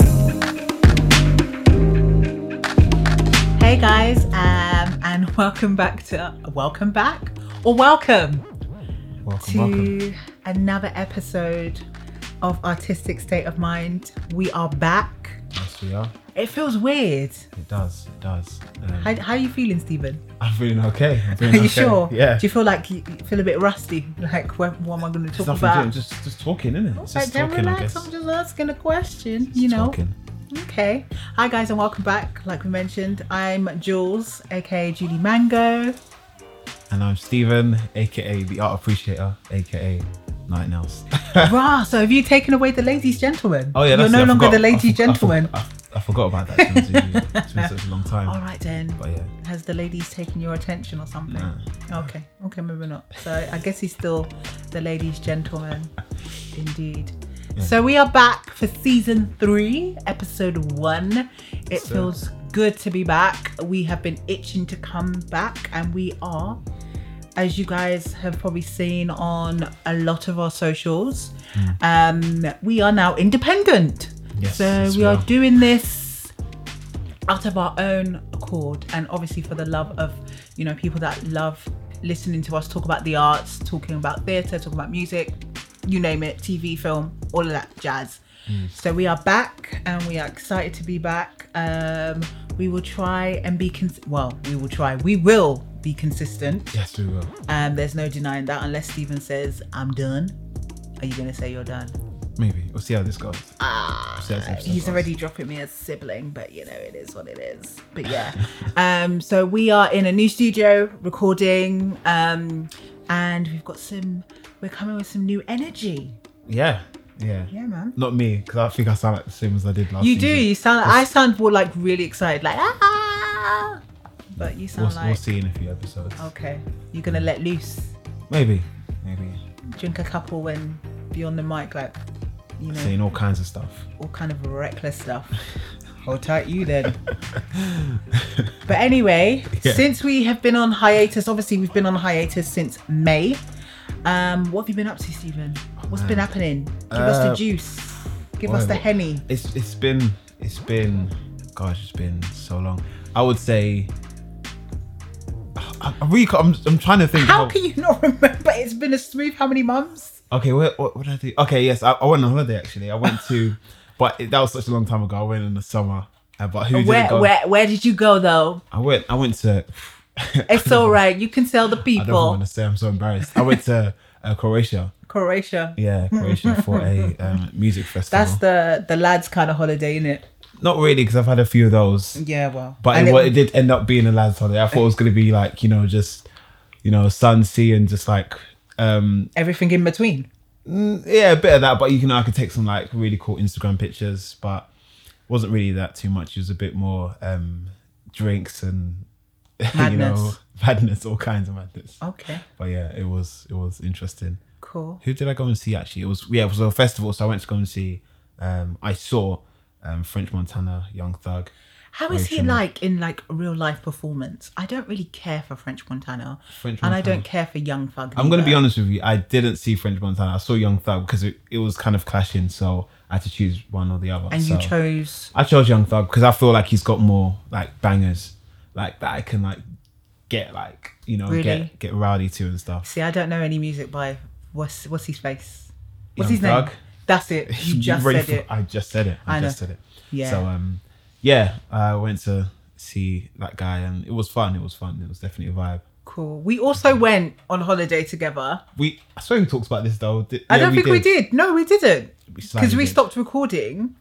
um, Welcome back to welcome back or welcome Welcome, to welcome. another episode of Artistic State of Mind. We are back. Yes, we are. It feels weird. It does. It does. Um, How, how are you feeling, Stephen? I'm feeling okay. I'm Are feeling you okay. sure? Yeah. Do you feel like you you feel a bit rusty? Like, what, what am I going to It's talk nothing to do, about? Just, just talking, isn't it? It's Like, just then talking, I relax. guess. I'm just asking a question. Just you know. Talking. Okay. Hi guys and welcome back. Like we mentioned, I'm Jules, aka Julie Mango. And I'm Stephen, aka the Art Appreciator, aka Nothing Else. Rah, so have you taken away the ladies gentleman? oh yeah, You're that's no it, I longer forgot. the I ladies for- I for- gentleman. I, I forgot about that. It's been, too- it's been such a long time. All right then. But yeah, Has the ladies taken your attention or something? nah. Okay. Okay, maybe not. So I guess he's still the ladies gentleman. Indeed. Yeah. So we are back for season three, episode one. It So- feels good to be back. We have been itching to come back, and we are, as you guys have probably seen on a lot of our socials, um, we are now independent. Hmm. Yes, so yes, we, we are, are. doing this out of our own accord, and obviously for the love of you know people that love listening to us talk about the arts, talking about theatre, talking about music, you name it, TV, film, all of that jazz. So we are back, and we are excited to be back. Um, we will try and be cons- well. We will try. We will be consistent. Yes, we will. Um, there's no denying that, unless Stephen says I'm done. Are you gonna say you're done? Maybe we'll see how this goes. Ah, Says himself he's us. already dropping me as sibling, but you know it is what it is. But yeah, um, so we are in a new studio recording, um, and we've got some. We're coming with some new energy. Yeah. Yeah. Yeah, man. Not me, because I think I sound like the same as I did last. You do. season. You sound. I sound more like really excited, like ah. But you sound We'll, like we'll see in a few episodes. okay. You're gonna let loose, Maybe. Maybe. drink a couple, and be on the mic, like you know, Saying all kinds of stuff. all kind of reckless stuff. Hold tight, you then. but anyway, Yeah. since we have been on hiatus, obviously we've been on hiatus since May. Um, what have you been up to, Stephen? What's been man. happening? Give us the Uh, juice. Give us well, the henny. It's it's been it's been gosh, it's been so long. I would say I, I really ca- I'm, I'm trying to think How of- can you not remember? It's been a smooth how many months? Okay, what, what, what did I do? Okay, yes, I, I went on holiday actually. I went to but it, that was such a long time ago. I went in the summer. Uh, but who Where did go? where where did you go though? I went I went to It's all right. You can tell the I don't want people. to say I'm so embarrassed. I went to uh, Croatia. Croatia. Yeah, Croatia for a um, music festival. That's the the lads kind of holiday, isn't it? Not really because I've had a few of those. Yeah, well. But and it, well, it did end up being a lads holiday. I thought it was gonna be like you know just you know sun, sea, and just like um everything in between. mm, yeah a bit of that. But you know I could take some like really cool Instagram pictures, but wasn't really that too much. It was a bit more um drinks and you know Madness. madness, all kinds of madness. Okay, But yeah, it was it was interesting. cool. Who did I go and see actually? It was yeah it was a festival, so I went to go and see. Um, I saw um French Montana, Young Thug. How is he Rachel. like in like real life performance? I don't really care for French Montana, French and I Montana. don't care for Young Thug. I'm gonna be either. honest with you. I didn't see French Montana. I saw Young Thug because it, it was kind of clashing, so I had to choose one or the other. And so. you chose. I chose Young Thug because I feel like he's got more like bangers, like that I can like get like you know Really? get get rowdy to and stuff. See, I don't know any music by what's what's his face. What's Young his name? Thug? That's it. You just ready said for- it. I just said it. I, I know. just said it. Yeah. So um, yeah, I went to see that guy and it was fun. It was fun. It was definitely a vibe. Cool. We also went on holiday together. We I swear we talked about this though. Di- I yeah, don't think we did. No, we didn't. Because slightly we did. stopped recording.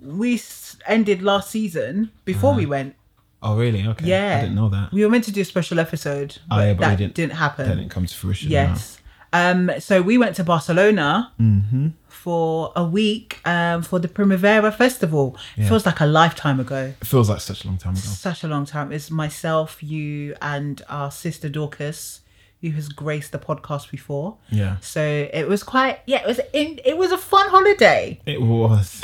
We s- ended last season before we went. Oh really? Okay. Yeah. Uh-huh. I didn't know that. We were meant to do a special episode, but, Oh, yeah, but we that didn't, didn't- happen. That didn't come to fruition. no. Yes. Um, so we went to Barcelona Mm-hmm. for a week um, for the Primavera Festival. It feels like a lifetime ago. It feels like such a long time ago. Such a long time. It's myself, you, and our sister Dorcas, who has graced the podcast before. Yeah. So it was quite, yeah, it was in, it was a fun holiday. It was.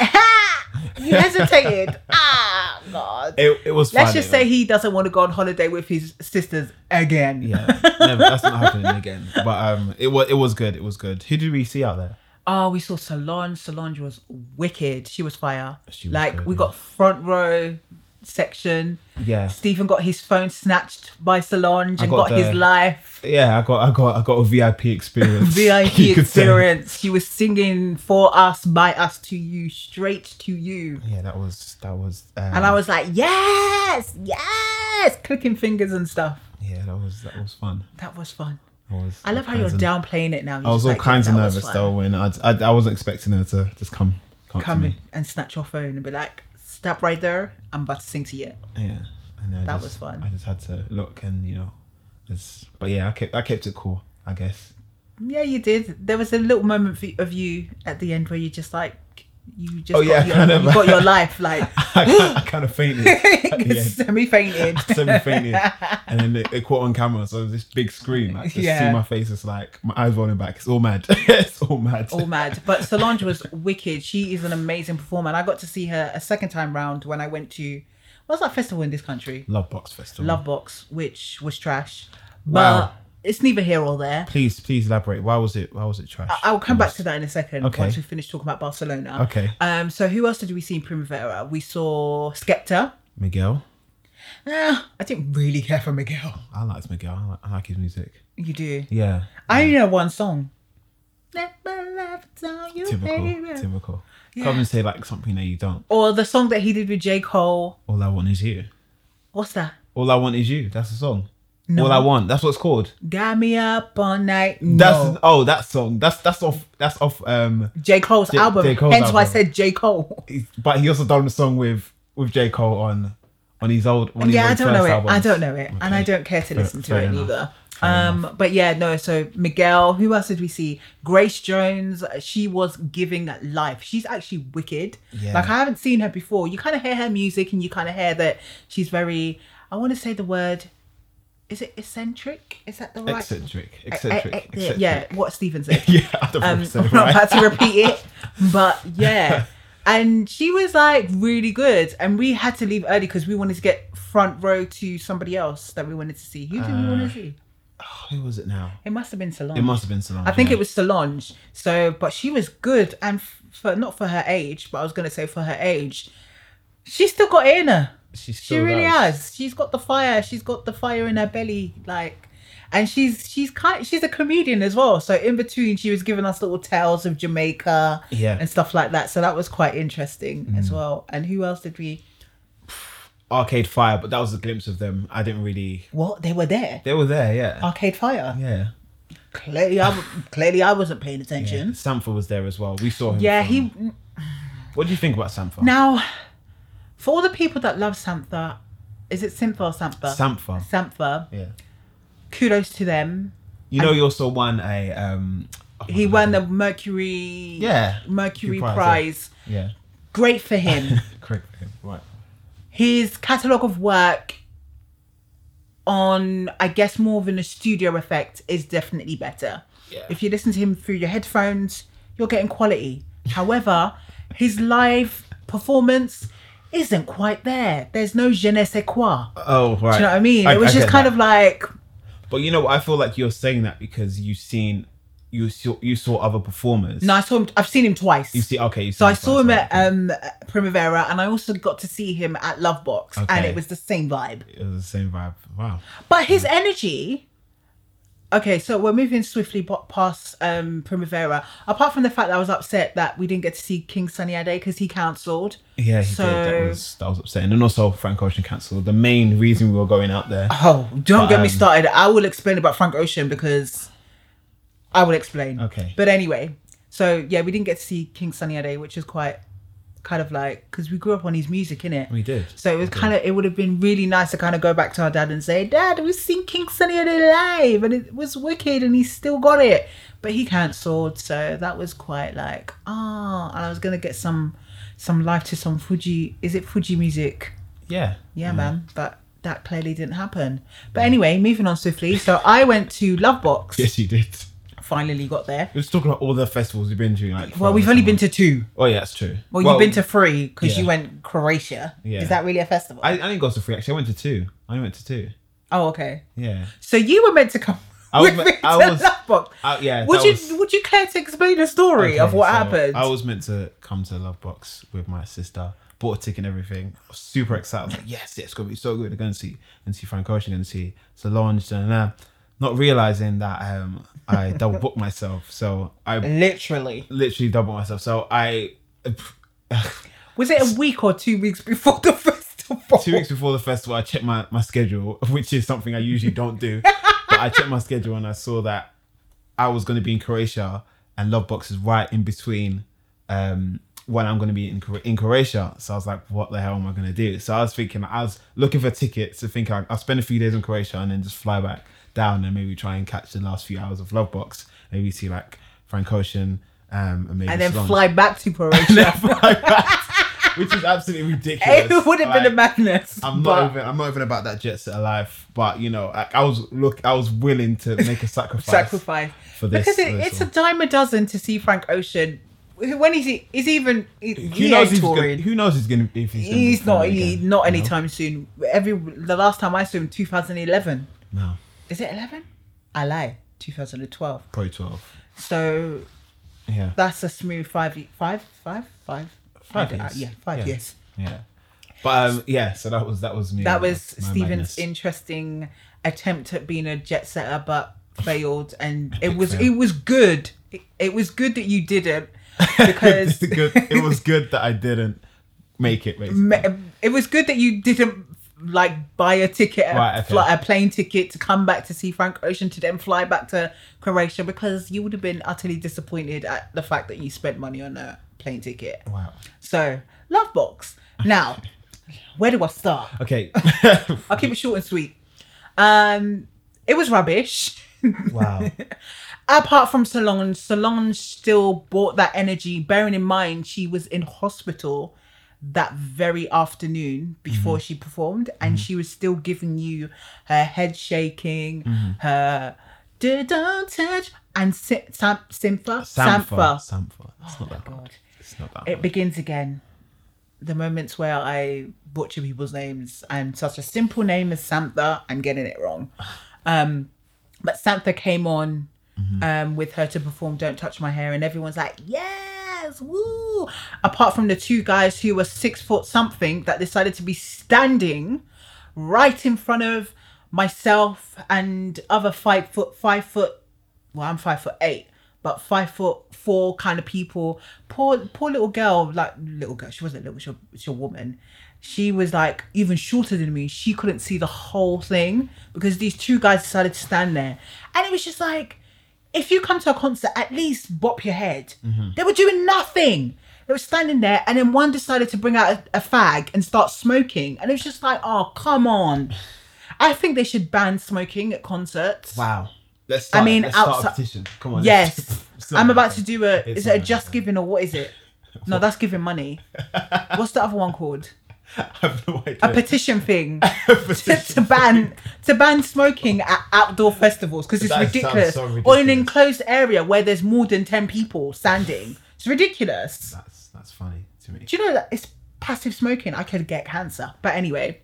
You hesitated. ah, God. It, it was Let's fun, just it say was- he doesn't want to go on holiday with his sisters again. Yeah. Never, that's not happening again. But um it was it was good. It was good. Who did we see out there? Oh, we saw Solange. Solange was wicked. She was fire. She was like good, we yeah. got front row section. Yeah. Stephen got his phone snatched by Solange I and got got, his the- life. Yeah, I got I got I got a VIP experience. VIP you could say. experience. She was singing for us, by us, to you, straight to you. Yeah, that was that was. Um, And I was like, yes, yes, clicking fingers and stuff. Yeah, that was that was fun. That was fun. I, was I love how all you're kinds of- downplaying it now. You're I was just all like, yeah, kinds of that was nervous fun. though when I, I I wasn't expecting her to just come come, Come to in me. and snatch your phone and be like, stop right there. I'm about to sing to you. Yeah, and I That just- was fun. I just had to look and you know, it's, but yeah, I kept I kept it cool. I guess. Yeah, you did. There was a little moment for- of you at the end where you just like, you just Oh, got, yeah, your, kind of. you got your life. Like, I, kind- I kind of fainted. Yeah. semi fainted. Semi fainted, and then it, it caught on camera. So this big screen, I just Yeah. see my face. It's like my eyes rolling back. It's all mad. it's all mad. all mad. But Solange was wicked. She is an amazing performer. And I got to see her a second time round when I went to what's that festival in this country? Love Box Festival. Love Box, which was trash. But Wow. it's neither here or there. Please, please elaborate. Why was it? Why was it trash? I- I'll come back to that in a second Okay. once we finish talking about Barcelona. Okay. Um. So who else did we see in Primavera? We saw Skepta. Miguel. Eh, I didn't really care for Miguel. I liked Miguel. I like, I like his music. You do. Yeah. I only know one song. Let my life tell you, Typical. baby. Typical. Come and say like something that you don't. Or the song that he did with J Cole. All I want is you. What's that? All I want is you. That's the song. All I want. That's what it's called. Got me up all night. No. That's oh that song. That's that's off. That's off. Um, J. Cole's J- album. J. Cole's Hence why I album. said J. Cole. he's- but he also done a song with with J Cole on on his old. One of his yeah, I old don't know first it. I albums. don't know it. And I Okay. don't care to Fair- listen to fair it enough. either. Um, but yeah, no, so Miguel, who else did we see? Grace Jones, she was giving life. She's actually wicked. Yeah. Like I haven't seen her before. You kind of hear her music and you kind of hear that she's very, I want to say the word, is it eccentric? Is that the right? Eccentric. E- e- Eccentric. e- eccentric. Yeah, what Stephen said. Yeah. I don't um, um, I'm not about to repeat it, but yeah. And she was like really good, and we had to leave early because we wanted to get front row to somebody else that we wanted to see. Who did we want to see? Who was it now? It must have been Solange. Uh, It must have been Solange. I think yeah. it was Solange. So, but she was good, and f- for not for her age, but I was gonna say for her age, she still got it in her. She She, still really does. has. She's got the fire. She's got the fire in her belly, like, and she's she's kind. She's a comedian as well. So in between, she was giving us little tales of Jamaica, Yeah. Mm. and stuff like that. So that was quite interesting as well. And who else did we? Arcade Fire, but that was a glimpse of them. I didn't really. What they were there? They were there, yeah. Arcade Fire. yeah. Clearly, I w- clearly I wasn't paying yeah. attention. Samfer was there as well. We saw him. Yeah, from- he What do you think about Samfer? now. For all the people that love Samtha, is it Simtha or Samtha? Samfer. Samtha. Yeah. Kudos to them. You know, he also won a. Um, oh my He God. won the Mercury. Yeah. Mercury Prize, Prize. yeah. Yeah. Great for him. Correct for him. Right. His catalogue of work on, I guess, more than a studio effect is definitely better. Yeah. If you listen to him through your headphones, you're getting quality. However, his live performance isn't quite there. There's no je ne sais quoi. Oh, right. Do you know what I mean? it was just kind of like, of. But you know, what? I feel like you're saying that because you've seen, you saw, you saw other performers. no, I saw him, I've seen him twice. You see, okay. So I saw him at um, Primavera, and I also got to see him at Lovebox, and Okay. it was the same vibe. It was the same vibe. Wow. But his energy. Okay, so we're moving swiftly bo- past um, Primavera. Apart from the fact that I was upset that we didn't get to see King Sunny Ade because he cancelled. Yeah, he so did. That was that was upsetting, and also Frank Ocean cancelled. The main reason we were going out there. oh, don't get me um, started. I will explain about Frank Ocean because I will explain. Okay. But anyway, so yeah, we didn't get to see King Sunny Ade, which is quite kind of like because we grew up on his music, innit? We did. So it was kind of it would have been really nice to kind of go back to our dad and say, Dad, we've seen King Sunny on it live, and it was wicked, and he still got it, but he cancelled, so that was quite like ah. And I was gonna get some some live to some Fuji. Is it Fuji music? Yeah. Yeah, man. But that clearly didn't happen. But anyway, moving on swiftly. So I went to Lovebox. Yes, you did. Finally got there. Let's talk about all the festivals we've been to. Like, Well, we've only been to two. Oh yeah, that's true. Well, you've been to three because you yeah. went Croatia. Yeah. Is that really a festival? I, I didn't go to three. Actually, I went to two. I only went to two. oh, okay. Yeah. So you were meant to come I was with me- me I to was- Lovebox. Uh, yeah. would that you was- would you care to explain the story of Okay, what so happened? I was meant to come to Lovebox with my sister, bought a ticket and everything. I was super excited. I was like, yes, yes, it's gonna be so good. I'm gonna see and see Frank Ocean, gonna see Solange, and uh, not realizing that um, I double booked myself. So I Literally. literally double booked myself. So I Was it a week or two weeks before the festival? two weeks before the festival, I checked my, my schedule, which is something I usually don't do. but I checked my schedule and I saw that I was going to be in Croatia and Lovebox is right in between um, when I'm going to be in, Cro- in Croatia. So I was like, what the hell am I going to do? So I was thinking, I was looking for tickets to think I'll, I'll spend a few days in Croatia and then just fly back down and maybe try and catch the last few hours of Lovebox. Maybe see like Frank Ocean um, and maybe And then Solange. fly back to Croatia. Fly back, Which is absolutely ridiculous. it would have been Like, a madness. I'm but- not even. I'm not even about that jet set of life. But you know, I, I was look. I was willing to make a sacrifice. sacrifice for this- because it, for this it's one. a dime a dozen to see Frank Ocean. Who- When is he? Is he even? He, Who he knows? ain't He's gonna, touring. who knows? He's gonna. If he's, gonna be he's not. touring He, again, not you know? anytime soon. Every the last time I saw him, 2011. No, Is it 11? I lie. 2012. probably twelve. So Yeah, that's a smooth five, y- five, five, five, Five I- I- years. Yeah, five Yeah. years. yeah. But um, yeah. So that was that was me. That was my Stephen's madness. interesting attempt at being a jet setter, but failed. And it was fail. it was good. It, it was good that you didn't because It's good- it was good that I didn't make it. Basically. me- it was good that you didn't like buy a ticket, a Right, okay. fly, a plane ticket to come back to see Frank Ocean to then fly back to Croatia because you would have been utterly disappointed at the fact that you spent money on a plane ticket. Wow. So, love box. Now, where do I start? Okay. I'll keep it short and sweet. Um, it was rubbish. wow. Apart from Solange, Solange still brought that energy, bearing in mind she was in hospital that very afternoon before she performed, and she was still giving you her head shaking, her "Do- don't touch, and si- sam- Simfa, Sampha. Sampha. Sampha. It's not that bad. It's not that. Oh It Bad. begins again. The moments where I butcher people's names and such a simple name as Samantha, I'm getting it wrong. Um, but Samantha came on um, with her to perform Don't Touch My Hair, and everyone's like, yes, woo. Apart from the two guys who were six foot something that decided to be standing right in front of myself and other five foot, five foot well, I'm five foot eight, but five foot four kind of people. Poor, poor little girl, like little girl. She wasn't little. She, she a woman. She was like even shorter than me. She couldn't see the whole thing because these two guys decided to stand there, and it was just like, if you come to a concert, at least bop your head. They were doing nothing. They were standing there, and then one decided to bring out a, a fag and start smoking, and it was just like, oh come on. I think they should ban smoking at concerts. Wow. Let's start. I mean, mean, let's start a outside- petition. Come on. let's- Yes. It's not I'm gonna about happen. to do a. It's is not it a gonna just giving or what is it? No, that's giving money. What's the other one called? I have no idea. A petition thing to, to ban to ban smoking at outdoor festivals because it's That sounds ridiculous. so Or in an ridiculous. enclosed area where there's more than ten people standing. It's ridiculous. That's that's funny to me. Do you know that it's passive smoking? I could get cancer. But anyway.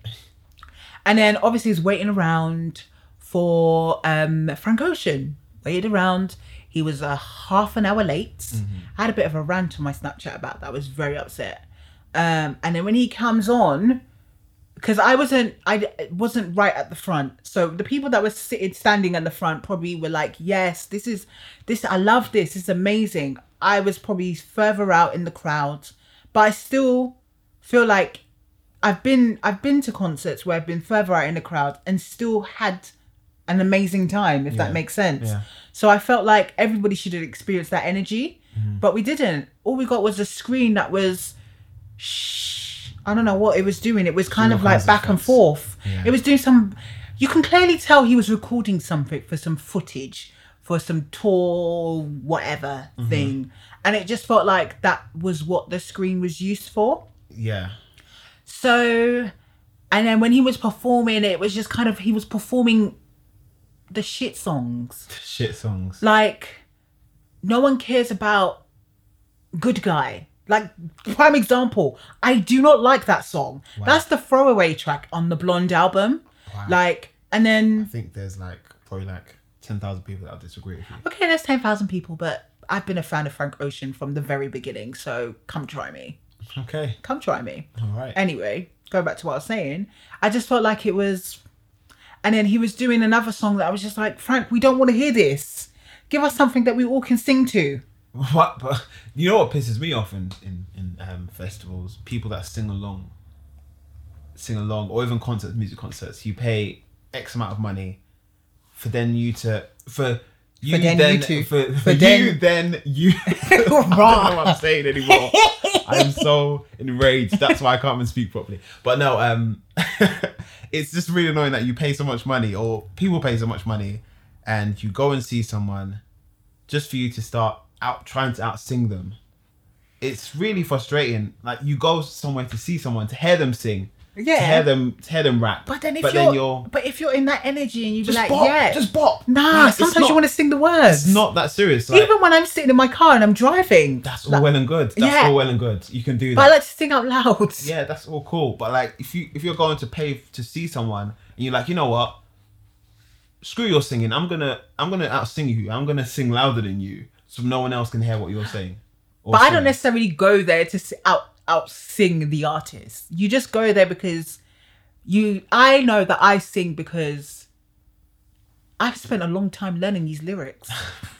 And then obviously he's waiting around for um Frank Ocean. Waited around. He was a half an hour late. I had a bit of a rant on my Snapchat about that. I was very upset. Um and then when he comes on, because I wasn't I wasn't right at the front. So the people that were sitting standing at the front probably were like, "Yes, this is this I love this. It's amazing." I was probably further out in the crowd, but I still feel like I've been I've been to concerts where I've been further out in the crowd and still had an amazing time if that Yeah. makes sense. Yeah. So I felt like everybody should have experienced that energy, Mm-hmm. but we didn't. All we got was a screen that was shh, I don't know what it was doing. It was kind all of like kinds of back and things. forth. Yeah. It was doing some. You can clearly tell he was recording something for some footage for some tour whatever thing, and it just felt like that was what the screen was used for. Yeah. So, and then when he was performing, it was just kind of he was performing the shit songs Shit songs. like no one cares about good guy like prime example i do not like that song that's the throwaway track on the blonde album Wow. like and I then think there's like probably like ten thousand people that disagree with you. okay there's 10000 people but i've been a fan of frank ocean from the very beginning so come try me Okay. Come try me. All right. Anyway, going back to what I was saying, I just felt like it was. And then he was doing another song that I was just like, Frank, we don't want to hear this. Give us something that we all can sing to. What? But you know what pisses me off in in, in um, festivals? People that sing along, sing along, or even concerts, music concerts. You pay X amount of money for then you to for you then you then to- for, for for then- you then you. I don't know what I'm saying anymore. I'm so enraged. That's why I can't even speak properly. But no, um, it's just really annoying that you pay so much money, or people pay so much money, and you go and see someone just for you to start out trying to out sing them. It's really frustrating. Like you go somewhere to see someone to hear them sing, to Yeah. hear them, to hear them rap. But then if but you're, then you're but if you're in that energy and you be just like, bop, yeah, just bop. nah. Like, it's sometimes not- you want to sing the words. It's not that serious. Like, even when I'm sitting in my car and I'm driving. that's all like, well and good. That's Yeah. all well and good. You can do But I that. like to sing out loud. yeah, that's all cool. But like, if you if you're going to pay f- to see someone and you're like, you know what, screw your singing. I'm gonna I'm gonna out sing you. I'm gonna sing louder than you, so no one else can hear what you're saying. or but I don't singing. necessarily go there to s- out out sing the artist. You just go there because you. I know that I sing because I've spent a long time learning these lyrics.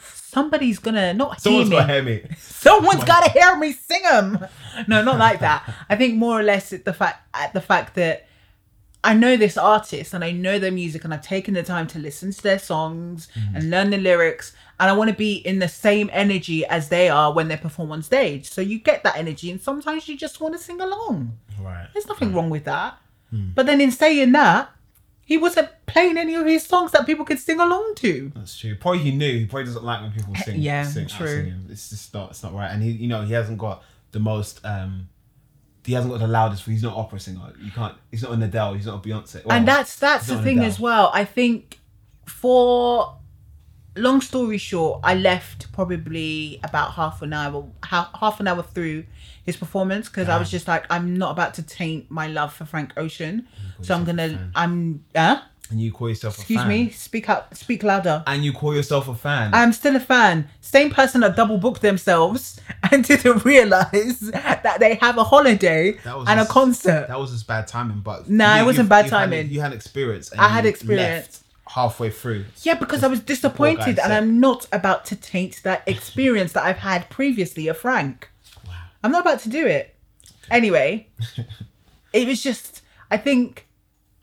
Somebody's gonna not hear Someone's me. gonna hear me. Someone's gotta hear me sing them. No, not like that. I think more or less it- the fact at the fact that I know this artist and I know their music and I've taken the time to listen to their songs and learn the lyrics and I want to be in the same energy as they are when they perform on stage. So you get that energy and sometimes you just want to sing along. Right. There's nothing wrong with that. But then in saying that, he wasn't playing any of his songs that people could sing along to. That's true. Probably he knew. He probably doesn't like when people sing. Yeah, sing, out true. singing. It's just not. It's not right. And he, you know, he hasn't got the most. um He hasn't got the loudest. He's not an opera singer. You can't. He's not an Adele. He's not a Beyonce. Well, and that's that's the not thing down. as well i think for long story short i left probably about half an hour ha- half an hour through his performance because i was just like i'm not about to taint my love for frank ocean so i'm gonna i'm uh, And you call yourself. a excuse fan. me speak up speak louder And you call yourself a fan. I'm still a fan. Same person that double booked themselves and didn't realize that they have a holiday That was and a just- concert. That was just bad timing, but Nah, it wasn't bad you've timing. Had, you had experience. and I had you experience. left halfway through. Yeah, because I was disappointed and said. I'm not about to taint that experience that I've had previously of Frank. I'm not about to do it. Anyway, it was just, I think,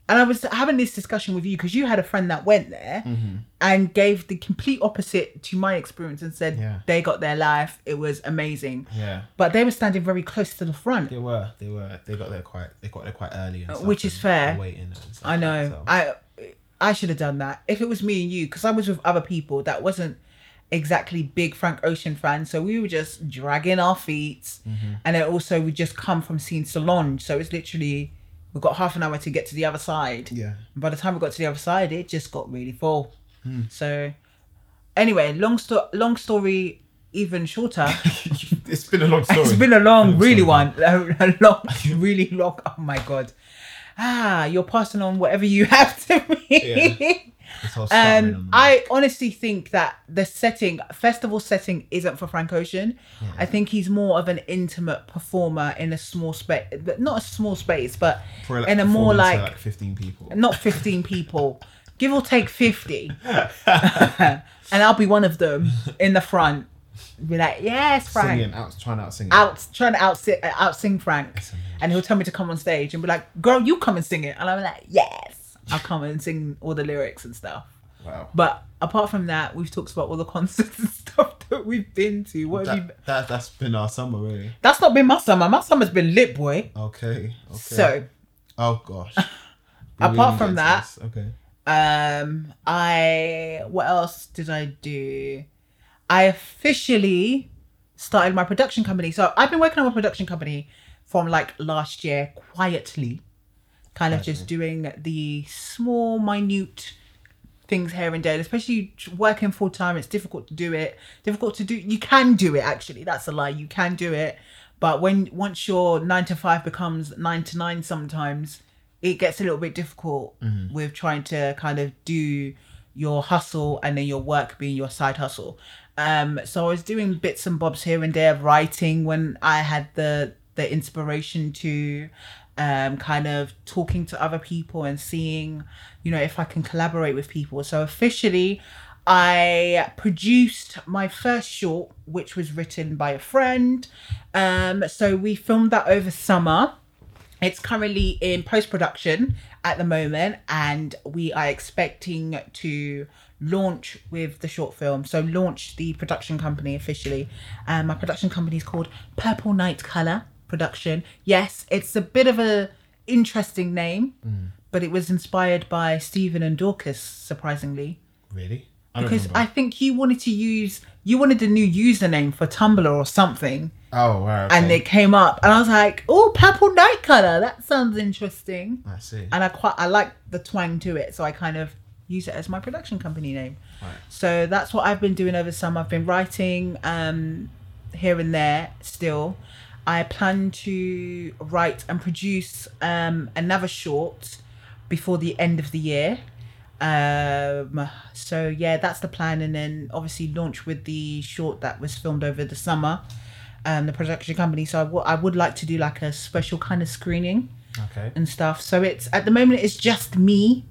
and I was having this discussion with you because you had a friend that went there Mm-hmm. and gave the complete opposite to my experience and said Yeah. they got their life. It was amazing. Yeah, But they were standing very close to the front. they were. They were. They got there quite. They got there quite early, and stuff, Uh, which is and fair. were Waiting. And stuff, I know. so. I I should have done that. If it was me and you, because I was with other people that wasn't exactly big Frank Ocean fans, so we were just dragging our feet, Mm-hmm. and then also we just come from seeing Solange, so it's literally we got half an hour to get to the other side. yeah. And by the time we got to the other side, it just got really full. Hmm. So anyway, long sto- long story even shorter. it's been a long story. It's been a long, I'm really sorry. one, a, a long, really long. Oh my god! Ah, you're passing on whatever you have to me. This whole stuttering Um, on the- I honestly think that the setting, festival setting, isn't for Frank Ocean. I Hmm. think he's more of an intimate performer in a small space, not a small space, but for like in a more performance to, like fifteen people. not 15 people give or take 50 and i'll be one of them in the front be like yes frank Singing out, trying out singing. out trying to out sing, out sing frank and he'll tell me to come on stage and be like girl you come and sing it and i'm like yes i'll come and sing all the lyrics and stuff Wow. but apart from that we've talked about all the concerts and stuff that we've been to what have you That, that that's been our summer really. that's not been my summer my summer's been lit boy Okay. Okay. so Oh gosh. Apart from that- that. Okay. Um, I what else did I do? I officially started my production company. So I've been working on my production company from like last year quietly, kind of just doing the small, minute things here and there. And Especially working full time, it's difficult to do it. Difficult to do. You can do it actually. That's a lie. You can do it, but when once your nine to five becomes nine to nine, sometimes it gets a little bit difficult with trying to kind of do your hustle and then your work being your side hustle. Um, so I was doing bits and bobs here and there, writing when I had the the inspiration to um, kind of talking to other people and seeing, you know, if I can collaborate with people. So officially, I produced my first short, which was written by a friend. Um, so we filmed that over summer. It's currently in post production at the moment, and we are expecting to launch with the short film. So, launch the production company officially. Um, my production company is called Purple Night Color Production. Yes, it's a bit of a interesting name, but it was inspired by Stephen and Dorcas, surprisingly Really? I don't because remember. I think you wanted to use you wanted a new username for Tumblr or something, oh, right. Okay. and it came up, and I was like, "Oh, purple night color, that sounds interesting." I see. And I quite I like the twang to it, so I kind of use it as my production company name. Right. So that's what I've been doing over summer. I've been writing um, here and there still. I plan to write and produce um, another short before the end of the year. Um, so yeah, that's the plan, and then obviously launch with the short that was filmed over the summer, um, the production company. So I wo- I would like to do like a special kind of screening Okay. and stuff. So it's at the moment it's just me,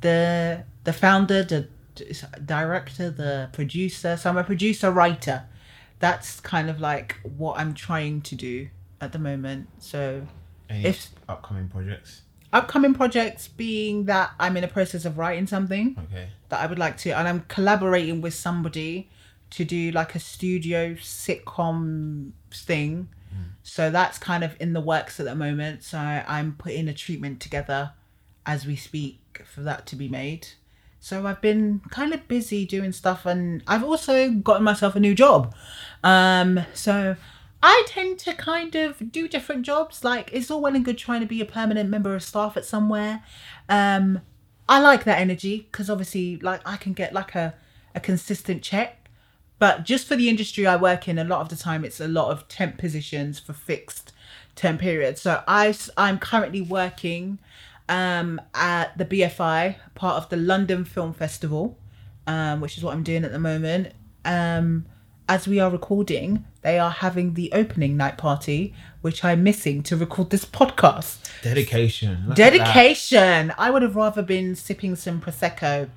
the the founder, the d- director, the producer. So I'm a producer writer. That's kind of like what I'm trying to do at the moment. So Any if- upcoming projects? upcoming projects being that I'm in the process of writing something Okay. that I would like to, and I'm collaborating with somebody to do like a studio sitcom thing. So that's kind of in the works at the moment. So I'm putting a treatment together as we speak for that to be made. So I've been kind of busy doing stuff, and I've also gotten myself a new job. Um, so I tend to kind of do different jobs. Like it's all well and good trying to be a permanent member of staff at somewhere. Um, I like that energy because obviously, like I can get like a a consistent check, but just for the industry I work in, a lot of the time it's a lot of temp positions for fixed temp periods. So I I'm currently working um, at the BFI, part of the London Film Festival, um, which is what I'm doing at the moment. Um, as we are recording, they are having the opening night party, which I'm missing to record this podcast. Dedication. Look at that. Dedication. I would have rather been sipping some prosecco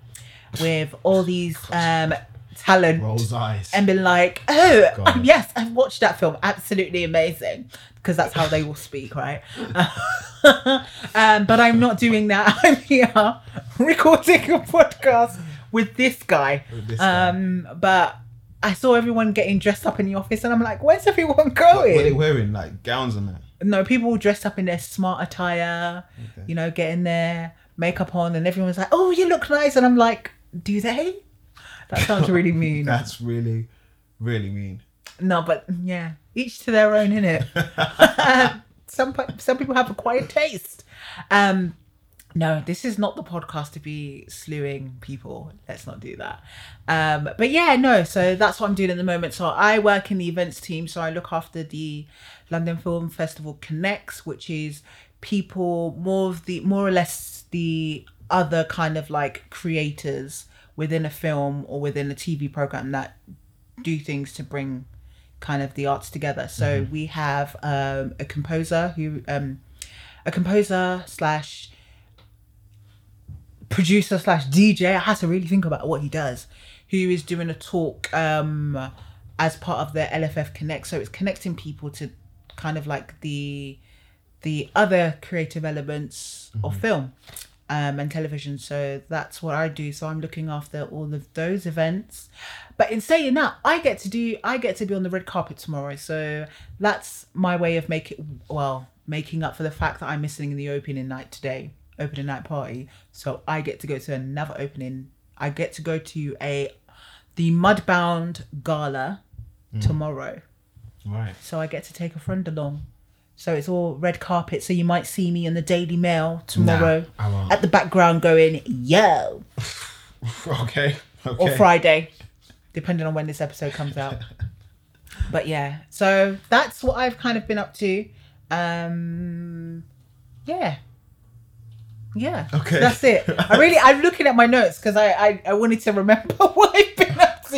with all these um, talent Rolls eyes. and been like, oh, God. yes, I've watched that film. Absolutely amazing. Because that's how they will speak, right? um, but I'm not doing that. I'm here recording a podcast with this guy. With this guy. um, But I saw everyone getting dressed up in the office and I'm like, where's everyone going? What are they wearing? Like gowns and that. no, people all dressed up in their smart attire, Okay. you know, getting their makeup on, and everyone's like, "Oh, you look nice," and I'm like, "Do they?" That sounds really mean. That's really, really mean. no, but yeah, each to their own, innit? Um, some pe- some people have acquired taste. Um, no, this is not the podcast to be slewing people. Let's not do that. Um, but yeah, no. So that's what I'm doing at the moment. So I work in the events team. So I look after the London Film Festival Connects, which is people more of the more or less the other kind of like creators within a film or within a TV program that do things to bring kind of the arts together. So we have um, a composer who, um, a composer slash producer slash DJ. I had to really think about what he does. Who is doing a talk um, as part of the LFF Connect? So it's connecting people to kind of like the the other creative elements of film um, and television. So that's what I do. So I'm looking after all of those events. But in saying that, I get to do I get to be on the red carpet tomorrow. So that's my way of making well making up for the fact that I'm missing the opening night today, opening night party. So I get to go to another opening. I get to go to a the Mudbound Gala tomorrow Right. so I get to take a friend along. So it's all red carpet. So you might see me in the Daily Mail tomorrow I won't. at the background going yo okay. Okay. or Friday, depending on when this episode comes out. but yeah, so that's what I've kind of been up to. Um, yeah. Yeah. Okay. That's it. I really, I'm looking at my notes because I, I, I wanted to remember what I've been up to.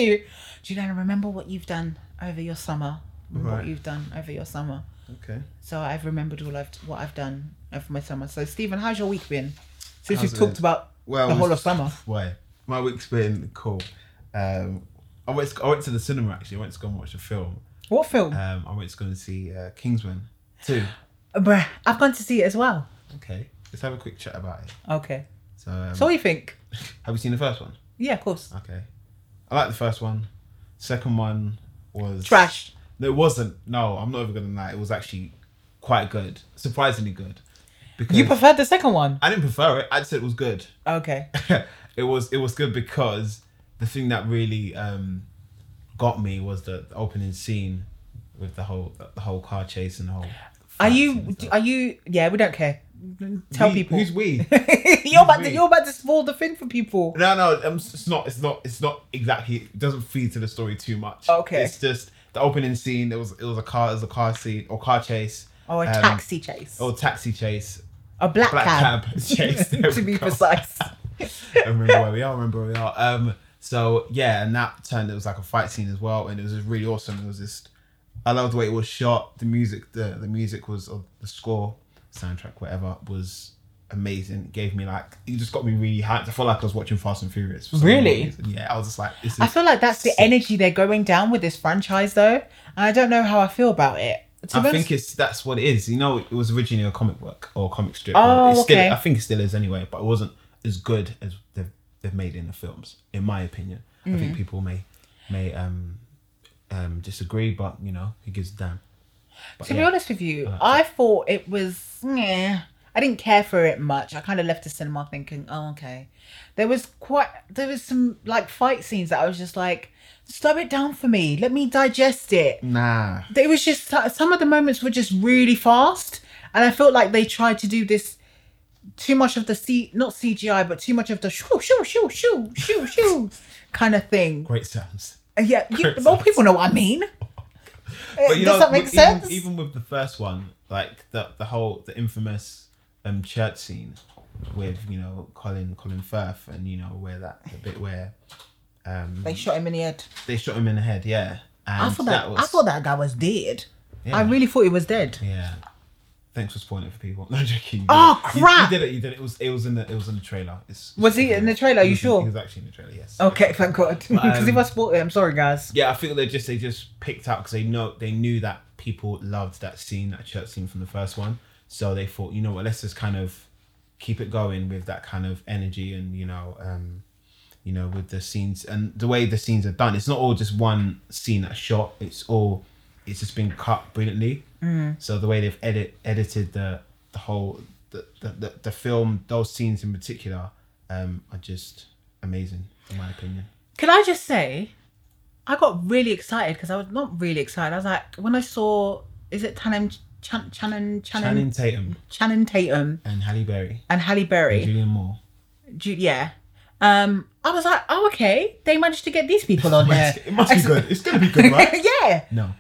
Do you know, remember what you've done over your summer? with what Right. you've done over your summer. Okay. So I've remembered all I've what I've done over my summer. So Stephen, how's your week been? Since How's we've talked it? about Well, the it whole of was- summer. Why? My week's been cool. Um, I went. I went to the cinema actually. I went to go and watch a film. What film? Um, I went to go and see uh, Kingsman Two. Uh, Bruh, I've gone to see it as well. Okay. Let's have a quick chat about it. Okay. So, um, So what do you think? have you seen the first one? Yeah, of course. Okay. I like the first one. Second one was Trash. No, it wasn't. No, I'm not even gonna lie. It was actually quite good, surprisingly good. Because You preferred the second one? I didn't prefer it. I just said it was good. Okay. it was it was good because the thing that really um, got me was the, the opening scene with the whole the whole car chase and the whole. Are fights you and stuff. are you yeah, we don't care. Tell We- people. who's we. you're about to we? you're about to spoil the thing for people. No, no, um, it's it's not. It's not. It's not exactly. It doesn't feed to the story too much. Okay. It's just the opening scene. It was. It was a car. It was a car scene or car chase. Or Oh, a um, taxi chase. Or taxi chase. a black, Black cab. cab, chase. There to we be go. precise. I remember where we are. I remember where we are. Um. So yeah, and that turned. It was like a fight scene as well, and it was just really awesome. It was just. I loved the way it was shot. The music. The the music was of the score, soundtrack, whatever was amazing. It gave me like it just got me really hyped. I felt like I was watching Fast and Furious. for some Really? reason. Yeah, I was just like, this is I feel like that's the energy they're going down with this franchise though. And I don't know how I feel about it. To be I honest, think it's that's what it is. You know, it was originally a comic book or comic strip. Oh, it's okay. still, I think it still is anyway, but it wasn't as good as they've, they've made it in the films, in my opinion. I Mm. think people may may um um disagree, but you know, who gives a damn? But To be yeah. Uh-huh. honest with you, I thought it was. meh. I didn't care for it much. I kind of left the cinema thinking, "Oh, okay." There was quite. There was some like fight scenes that I was just like, "Slow it down for me. Let me digest it." nah. It was just some of the moments were just really fast, and I felt like they tried to do this too much of the C, not CGI, but too much of the shoo shoo shoo shoo shoo shoo kind of thing. Great sounds. And Yeah, you, Great well, sense. people know what I mean. Uh, Does you know, that make with- sense? Even, even with the first one, like the the whole the infamous um church scene with, you know, Colin Colin Firth and you know, where that the bit where um they shot him in the head. They shot him in the head, yeah. And I thought that, was, I thought that guy was dead. Yeah. I really thought he was dead. Yeah. Thanks for spoiling it for people. No I'm joking. Oh, You- crap! You, did it. You did it. It was. It was in the. It was in the trailer. It's, it's- Was he in the trailer? Are He you was in- sure? He was actually in the trailer. Yes. Okay, thank God. Because um, if I spoiled it, I'm sorry, guys. Yeah, I feel they just they just picked out because they know they knew that people loved that scene, that church scene from the first one. So they thought, you know what, let's just kind of keep it going with that kind of energy and you know, um, you know, with the scenes and the way the scenes are done. It's not all just one scene that's shot. It's all it's just been cut brilliantly. So the way they've edit edited the the whole the the, the, the film, those scenes in particular, um, are just amazing in my opinion. Can I just say, I got really excited because I was not really excited. I was like, when I saw, is it Tannen, Chan, Channon, Channon, Channing Tatum Channon Tatum and Halle Berry. and Halle Berry? Julian Moore. Ju- yeah. Um, I was like, oh, okay, they managed to get these people on there. It must be good. It's gonna be good, right? yeah. No.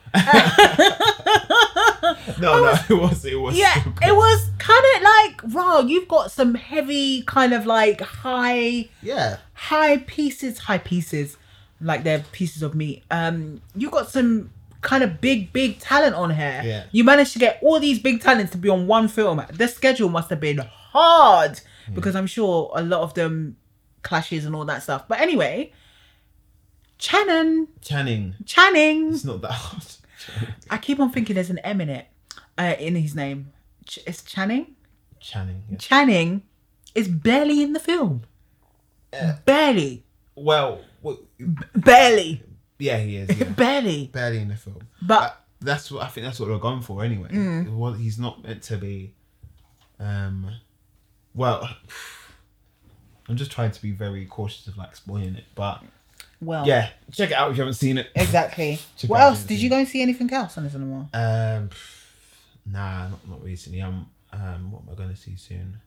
no, no, it was it was Yeah, so good. it was kind of like, wow, you've got some heavy, kind of like high Yeah. high pieces, high pieces, like they're pieces of meat. Um, you got some kind of big, big talent on here. Yeah. You managed to get all these big talents to be on one film. The schedule must have been hard Hmm. because I'm sure a lot of them clashes and all that stuff. But anyway, Channon, Channing. Channing, It's not that hard. I keep on thinking there's an M in it, uh, in his name. Ch- it's Channing. Channing. yes. Channing is barely in the film. Barely, Well, well, barely, yeah, he is. Yeah. barely. Barely in the film. But I- that's what I think. That's what we're going for anyway. It Mm. wa- he's not meant to be. Um, well, I'm just trying to be very cautious of like spoiling it, but well, yeah, check it out if you haven't seen it. exactly. Check what out else? the Did you go and see anything else on the cinema? Um, nah, not, not recently. I'm um, what am I going to see soon?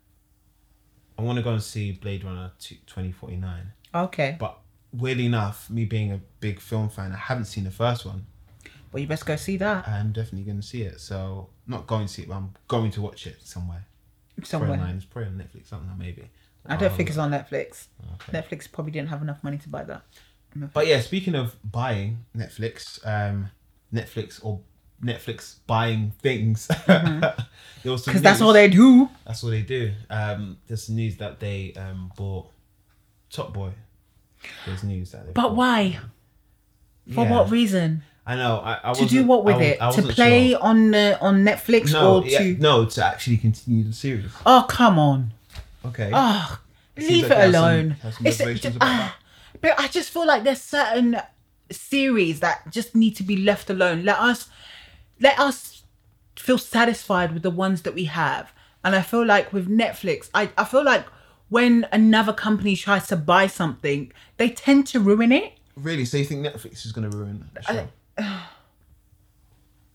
I want to go and see Blade Runner two- 2049. Okay, but weirdly enough, me being a big film fan, I haven't seen the first one. well, you best go see that I'm definitely going to see it. So not going to see it, but I'm going to watch it somewhere. Probably somewhere. online, it's probably on Netflix, something like maybe. I don't Um, think it's on Netflix. okay. Netflix probably didn't have enough money to buy that. But yeah, speaking of buying Netflix, um, Netflix or Netflix buying things. There was some because Mm-hmm. that's news- all they do. That's all they do. Um, there's news that they um, bought Top Boy. There's news that they. But bought. why? For Yeah. what reason? I know. I, I To do wasn't- what with I wa- I it? To wasn't play sure. on uh, on Netflix No, or yeah, to? no, to actually continue the series. Oh come on! Okay. Oh, seems leave like they it have some- alone. have some It's- ah, reservations about that. But I just feel like there's certain series that just need to be left alone. Let us, let us feel satisfied with the ones that we have. And I feel like with Netflix, I, I feel like when another company tries to buy something, they tend to ruin it. Really? So you think Netflix is going to ruin the show? I-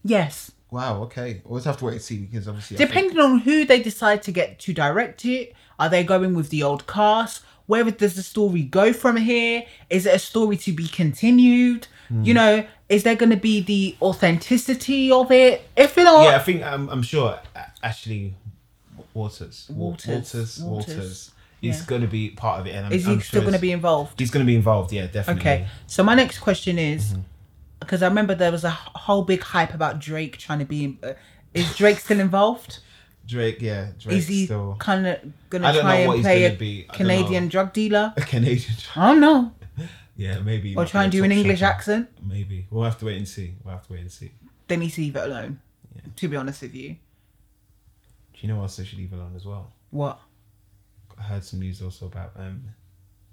Yes. wow. Okay. We'll just have to wait and see because obviously. I think- Depending on who they decide to get to direct it, are they going with the old cast? Where does the story go from here? Is it a story to be continued? Hmm. You know, is there going to be the authenticity of it? If it all, yeah, I think um, I'm, I'm sure A- Ashley Waters. Wa- Walters. Waters. Waters. Waters. He's Yeah. going to be part of it, and I'm, is he I'm still sure going to it's- be involved? He's going to be involved. Yeah, Mm-hmm. definitely. Okay. So my next question is, because I remember there was a h- whole big hype about Drake trying to be. Uh, is Drake still involved? Drake. Yeah. Drake Is he still kind of going I to don't try know what and he's play gonna a be. I don't Canadian know. drug dealer? a Canadian? Drake. I don't know. Yeah, maybe. Or not try and the do an top English shopper. accent? Maybe we'll have to wait and see. We'll have to wait and see. they need to leave it alone. To be honest with you, Do you know what else they should leave alone as well? what? I heard some news also about um,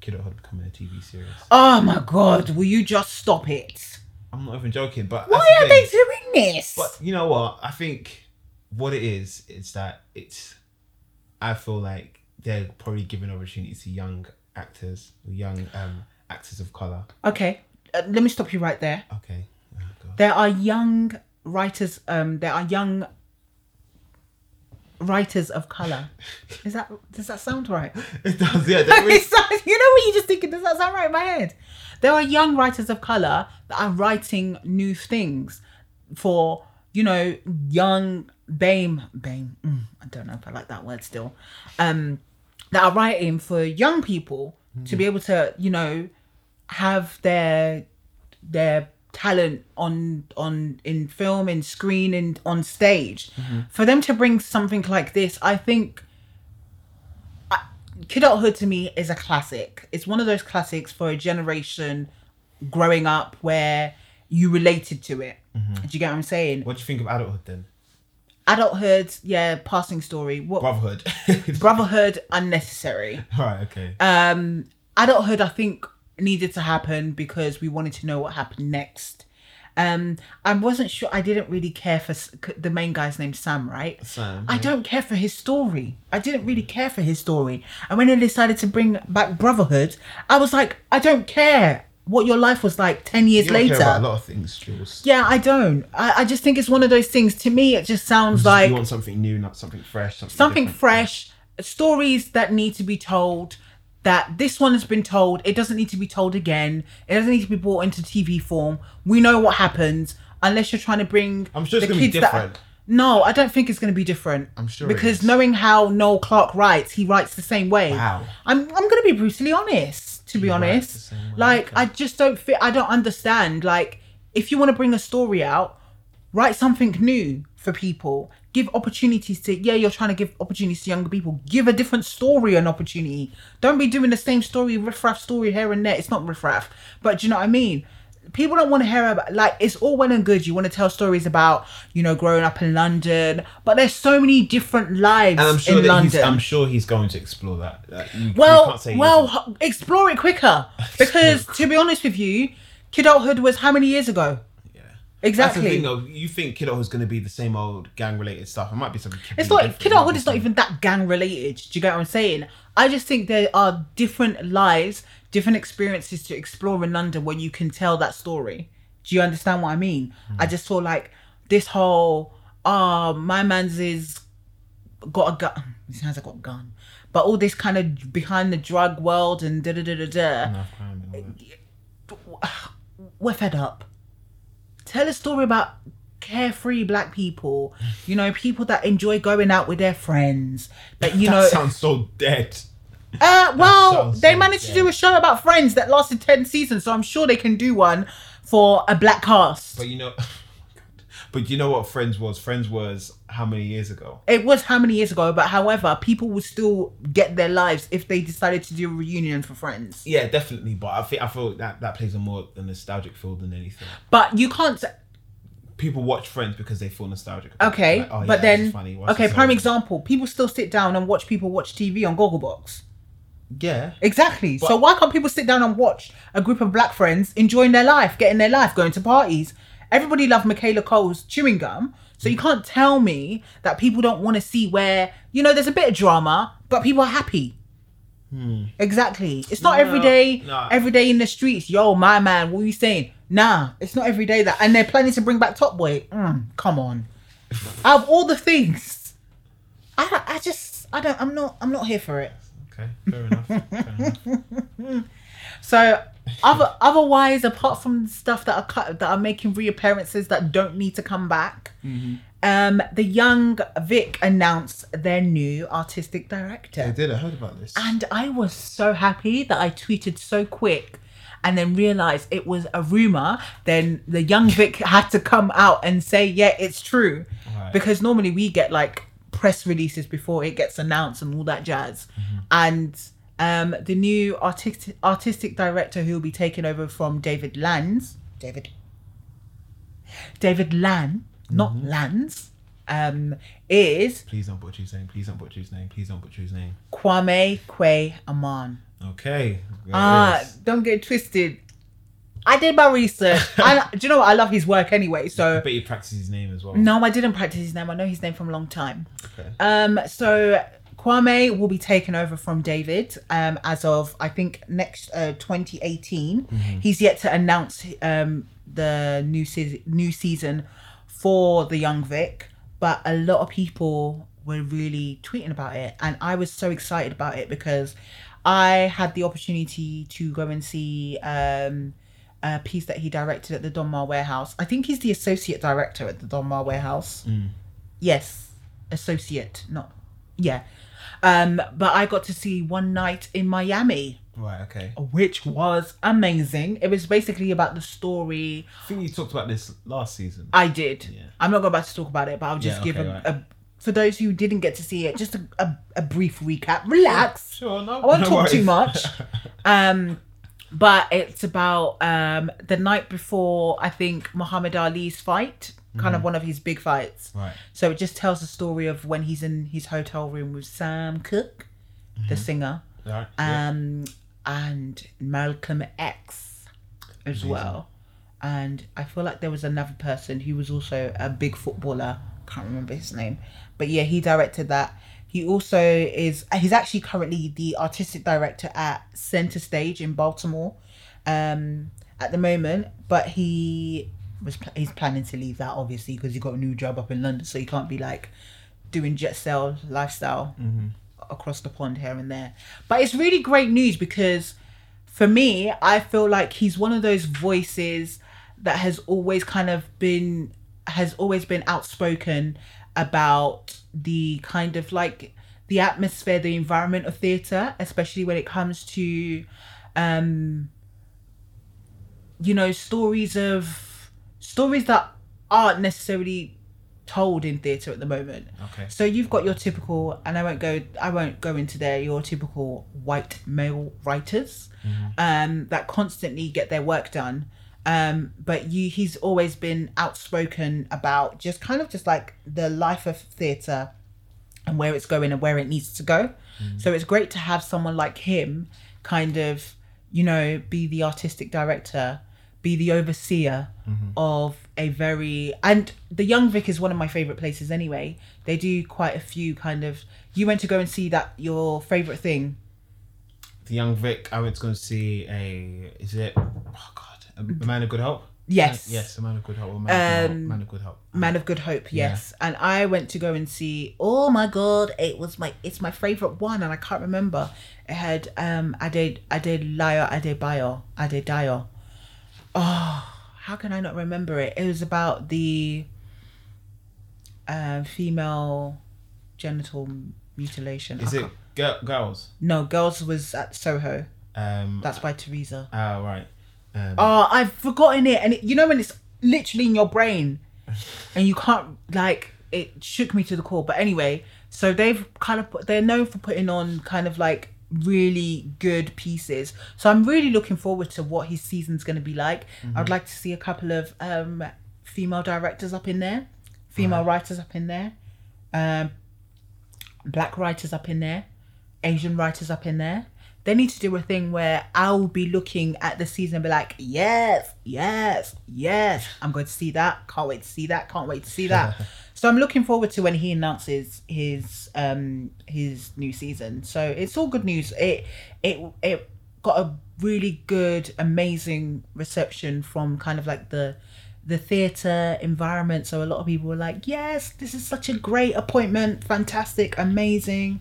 Kid Hot becoming a TV series. Oh my god! Will you just stop it? I'm not even joking, but Why that's the are they thing. doing this? But you know what? I think what it is is that it's. I feel like they're probably giving opportunities to young actors, young um, actors of color. Okay, uh, let me stop you right there. Okay. Oh, God. There are young writers. Um, there are young writers of color. Is that does that sound right? It does, yeah. there is- It sounds- you know what you just thinking? Does that sound right in my head? There are young writers of color that are writing new things for you know young BAME BAME. Mm, I don't know if I like that word still. Um, that are writing for young people to be able to you know have their their talent on on in film and screen and on stage for them to bring something like this i think Kid Adulthood to me is a classic. It's one of those classics for a generation growing up where you related to it. Do you get what I'm saying? what do you think of adulthood then? Adulthood, yeah, passing story. What Brotherhood. brotherhood unnecessary. All right, okay. Um adulthood I think needed to happen because we wanted to know what happened next. Um I wasn't sure I didn't really care for s- c- the main guy's name Sam, right? Sam, I yeah. don't care for his story. I didn't really care for his story. And when they decided to bring back Brotherhood, I was like, I don't care what your life was like 10 years You don't later. care about a lot of things, Jules. yeah, I don't. I, I just think it's one of those things. To me, it just sounds like you want something new, not something fresh. Something, something different. fresh, stories that need to be told. That this one has been told, it doesn't need to be told again. It doesn't need to be brought into TV form. We know what happens, unless you're trying to bring. I'm sure it's gonna be that- different. no, I don't think it's going to be different. I'm sure it because is. knowing how Noel Clark writes, he writes the same way. Wow. I'm I'm going to be brutally honest. To be writes the honest, same way, like I just don't fit. I don't understand. Like if you want to bring a story out, write something new for people give opportunities to yeah you're trying to give opportunities to younger people give a different story an opportunity don't be doing the same story riffraff story here and there it's not riffraff but do you know what i mean people don't want to hear about like it's all well and good you want to tell stories about you know growing up in london but there's so many different lives And I'm sure in that london he's, I'm sure he's going to explore that. Like, you- you well, can't say he well, isn't. h- explore it quicker because to be honest with you, kidulthood was how many years ago? yeah. Exactly. That's the thing, though. You think Kid is going to be the same old gang-related stuff? It might be something. It's completely like different. It might kidulthood be is not something- even that gang related. Do you get what I'm saying? I just think there are different lives, different experiences to explore in London where you can tell that story. Do you understand what I mean? I just feel like this whole ah, my man's is got a gun. It sounds like got a gun, but all this kind of behind the drug world and da da da da da Enough crime and all that. we're fed up. Tell a story about carefree black people, you know, people that enjoy going out with their friends. That you that know, sounds so dead. uh, well, sounds they so managed to do dead. a show about friends that lasted ten seasons, so I'm sure they can do one for a black cast. But you know, oh But you know what Friends was? Friends was how many years ago? It was how many years ago, but however, people would still get their lives if they decided to do a reunion for friends. Yeah, definitely. But I think I feel that that plays a more a nostalgic field than anything. But you can't. People watch Friends because they feel nostalgic. about it. Okay, Like, oh, yeah, but this is then funny. What's okay. this Prime all- example: people still sit down and watch people watch TV on Gogglebox. Yeah, Exactly. so But- why can't people sit down and watch a group of black friends enjoying their life, getting their life, going to parties? Everybody loved Michaela Cole's chewing gum. So Mm. you can't tell me that people don't want to see where, you know, there's a bit of drama, but people are happy. Hmm. Exactly. It's not No, every day no. every day in the streets, yo, my man, what are you saying? Nah, it's not every day that and they're planning to bring back Top Boy. Mm, come on. Out of all the things. I, I just I don't I'm not I'm not here for it. okay, fair enough. fair enough. So other otherwise, apart from stuff that are cut, that are making reappearances that don't need to come back, um, the young Vic announced their new artistic I director, did. I heard about this. and I was so happy that I tweeted so quick. And then realized it was a rumor. Then the young Vic had to come out and say, "Yeah, it's true," Right. because normally we get like press releases before it gets announced and all that jazz. Mm-hmm. And um, the new artistic artistic director who will be taking over from David Lands, David, David Lan, not Mm-hmm. Lands, um, is Please don't butcher his name. Please don't butcher his name. Please don't butcher his name. Kwame Kwe Aman. Okay. there Ah, it is. don't get it twisted. I did my research. I, do you know what? I love his work anyway. I So bet you practice his name as well. no, I didn't practice his name. I know his name from a long time. Okay. Um, so Kwame will be taken over from David um, as of I think next uh, 2018. He's yet to announce um, the new se- new season for the Young Vic, but a lot of people were really tweeting about it, and I was so excited about it because I had the opportunity to go and see. Um, a piece that he directed at the Donmar Warehouse. I think he's the associate director at the Donmar Warehouse yes associate not yeah um but i got to see one night in miami Right. Okay. which was amazing it was basically about the story I think you talked about this last season. i did Yeah. i'm not about to talk about it but i'll just Yeah, give okay, a, right. a for those who didn't get to see it just a, a, a brief recap relax Sure. No. I won't no talk too worries. much. Um, but it's about um, the night before I think Muhammad Ali's fight, kind Mm-hmm. of one of his big fights. Right. So it just tells the story of when he's in his hotel room with Sam Cooke, the Mm-hmm. singer, All right. yeah. um, and Malcolm X as well. And I feel like there was another person who was also a big footballer. Can't remember his name, but yeah, he directed that. He also is. He's actually currently the artistic director at Center Stage in Baltimore, um, at the moment. But he was pl- he's planning to leave that obviously because he got a new job up in London, so he can't be like doing jet sail lifestyle across the pond here and there. But it's really great news because for me, I feel like he's one of those voices that has always kind of been has always been outspoken about the kind of like the atmosphere, the environment of theatre, especially when it comes to um you know, stories of stories that aren't necessarily told in theatre at the moment. Okay. So you've got your typical, and I won't go. I won't go into there. Your typical white male writers, um, that constantly get their work done. Um, but you, he's always been outspoken about just kind of just like the life of theatre and where it's going and where it needs to go. So it's great to have someone like him kind of, you know, be the artistic director, be the overseer Mm. of a very and the Young Vic is one of my favorite places anyway. They do quite a few kind of you went to go and see that your favorite thing. The young Vic. I went to go and see a. Is it? Oh God. A, a man of good hope. Yes. Uh, Yes. A man of good hope. A man, of, good Um, hope. man of good hope. Man of Good Hope, yes. And I went to go and see. Oh my god, it was my it's my favorite one, and I can't remember. It had um Ade Ade Layo Ade Bayo Ade Dayo. Oh, how can I not remember it? It was about the um female genital mutilation. I Is it can't- girl, girls? No, Girls was at Soho. Um. That's by Teresa. Ah right. Um, Oh, I've forgotten it, and it, you know when it's literally in your brain. and you can't like it shook me to the core. But anyway, so they've kind of put, they're known for putting on kind of like really good pieces. So I'm really looking forward to what his season's going to be like. I'd like to see a couple of um, female directors up in there, female writers up in there, um, black writers up in there, Asian writers up in there. They need to do a thing where I'll be looking at the season and be like, yes, yes, yes, I'm going to see that. Can't wait to see that. Can't wait to see that. so I'm looking forward to when he announces his um his new season. So it's all good news. It it it got a really good, amazing reception from kind of like the the theatre environment. So a lot of people were like, yes, this is such a great appointment, fantastic, amazing.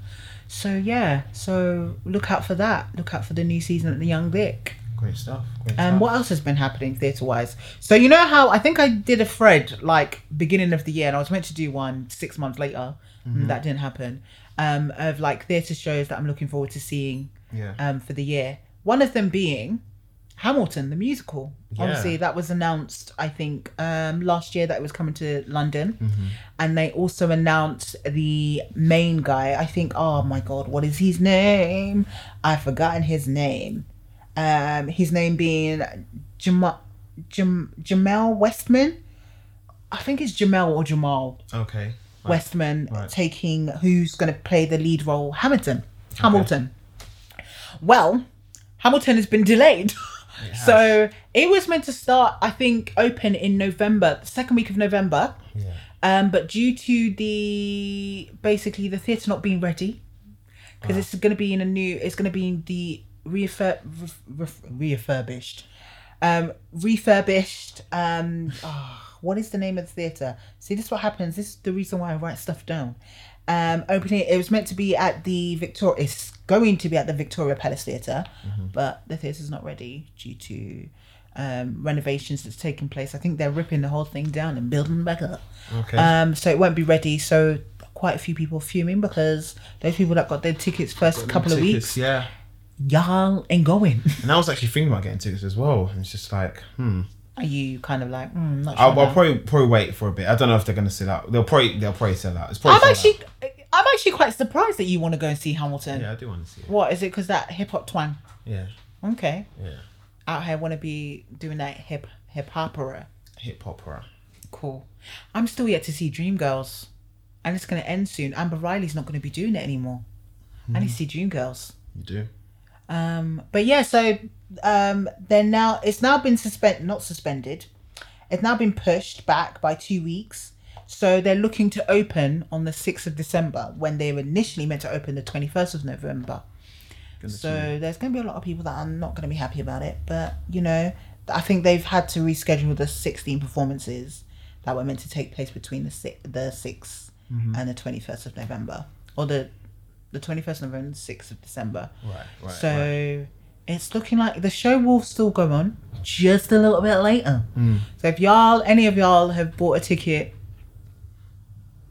So yeah, so look out for that. Look out for the new season at the Young Vic. Great stuff. Great And stuff. Um, what else has been happening theatre wise? So you know how I think I did a thread like beginning of the year, and I was meant to do one six months later. and That didn't happen. Um, of like theatre shows that I'm looking forward to seeing Yeah. um, for the year. One of them being Hamilton, the musical. Yeah. Obviously, that was announced, I think, um, last year that it was coming to London. Mm-hmm. And they also announced the main guy. I think, oh my God, what is his name? I've forgotten his name. Um, his name being Jam- Jam- Jamel Westman. I think it's Jamel or Jamal okay. Right. Westman Right. taking who's going to play the lead role, Hamilton. Hamilton. Well, Hamilton has been delayed. so it was meant to start, I think, open in November, the second week of November. Yeah. Um, but due to the basically the theatre not being ready, because it's going to be in a new, it's going to be in the refurb, ref, ref, refurbished, um, refurbished. Um, ah, what is the name of the theatre? See, this is what happens. This is the reason why I write stuff down. Um, opening. It was meant to be at the Victoria. It's going to be at the Victoria Palace theater but the theatre's not ready due to um, renovations that's taking place. I think they're ripping the whole thing down and building back up. Okay. Um, so it won't be ready. So quite a few people fuming because those people that got their tickets first couple of Tickets, weeks, Yeah. y'all ain't going. And I was actually thinking about getting tickets as well. And it's just like, hmm. Are you kind of like, mm, not sure? I'll, I'll now." probably probably wait for a bit. I don't know if they're gonna sell out. They'll probably they'll probably sell out. It's probably. I'm sell actually, out. I'm actually quite surprised that you want to go and see Hamilton. Yeah, I do want to see it. What is it? Because that hip hop twang. Yeah. Okay, Yeah. out here want to be doing that hip hip hopera. Hip hop horror. Cool. I'm still yet to see Dreamgirls, and it's going to end soon. Amber Riley's not going to be doing it anymore. I Hmm. need to see Dreamgirls. You do. Um, but yeah, so um, they're now it's now been suspended, not suspended. It's now been pushed back by two weeks. So they're looking to open on the sixth of December when they were initially meant to open the twenty first of November. Goodness So there's going to be a lot of people that are not going to be happy about it. But you know, I think they've had to reschedule the 16 performances that were meant to take place between the si- the 6th and the 21st of November, or the the 21st of November and 6th of December. Right. Right. so right. it's looking like the show will still go on just a little bit later. Hmm. So if y'all, any of y'all, have bought a ticket,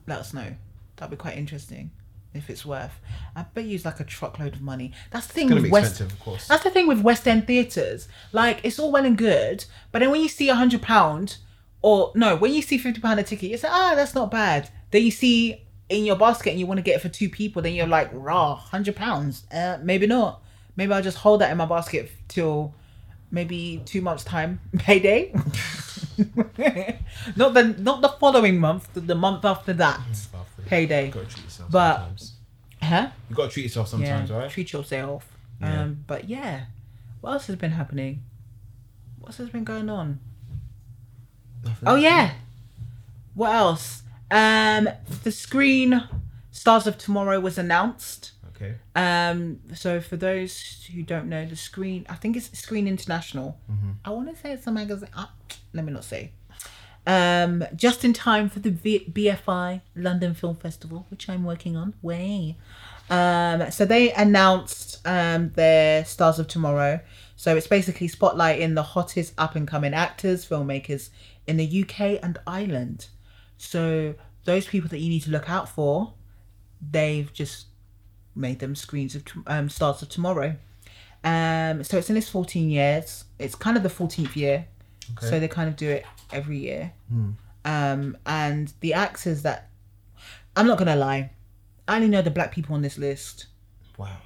let us know. That'd be quite interesting. If it's worth, I bet you it's like a truckload of money. That's the thing it's gonna with be West. expensive, of course. That's the thing with West End theatres. Like it's all well and good, but then when you see a hundred pound, or no, when you see fifty pound a ticket, you say, ah, that's not bad. Then you see in your basket and you want to get it for two people, then you're like, rah, hundred pounds. Uh, maybe not. Maybe I'll just hold that in my basket till maybe two months time payday. not the not the following month, the, the month after that Lovely. payday. You gotta treat yourself But- sometimes. Huh? You gotta treat yourself sometimes, yeah, right? Treat yourself. Yeah. Um, but yeah, what else has been happening? What else has been going on? Nothing. Oh yeah, what else? Um, the screen Stars of Tomorrow was announced. Okay. Um, so for those who don't know, the screen I think it's Screen International. I want to say it's a magazine. Ah, let me not say. Um, just in time for the v- BFI London Film Festival, which I'm working on. Way. Um, so they announced um, their Stars of Tomorrow. So it's basically spotlighting the hottest up and coming actors, filmmakers in the UK and Ireland. So those people that you need to look out for, they've just made them screens of t- um, Stars of Tomorrow. Um, so it's in its 14 years. It's kind of the 14th year. Okay. So they kind of do it every year. Um, and the actors that I'm not gonna lie, I only know the black people on this list. Wow.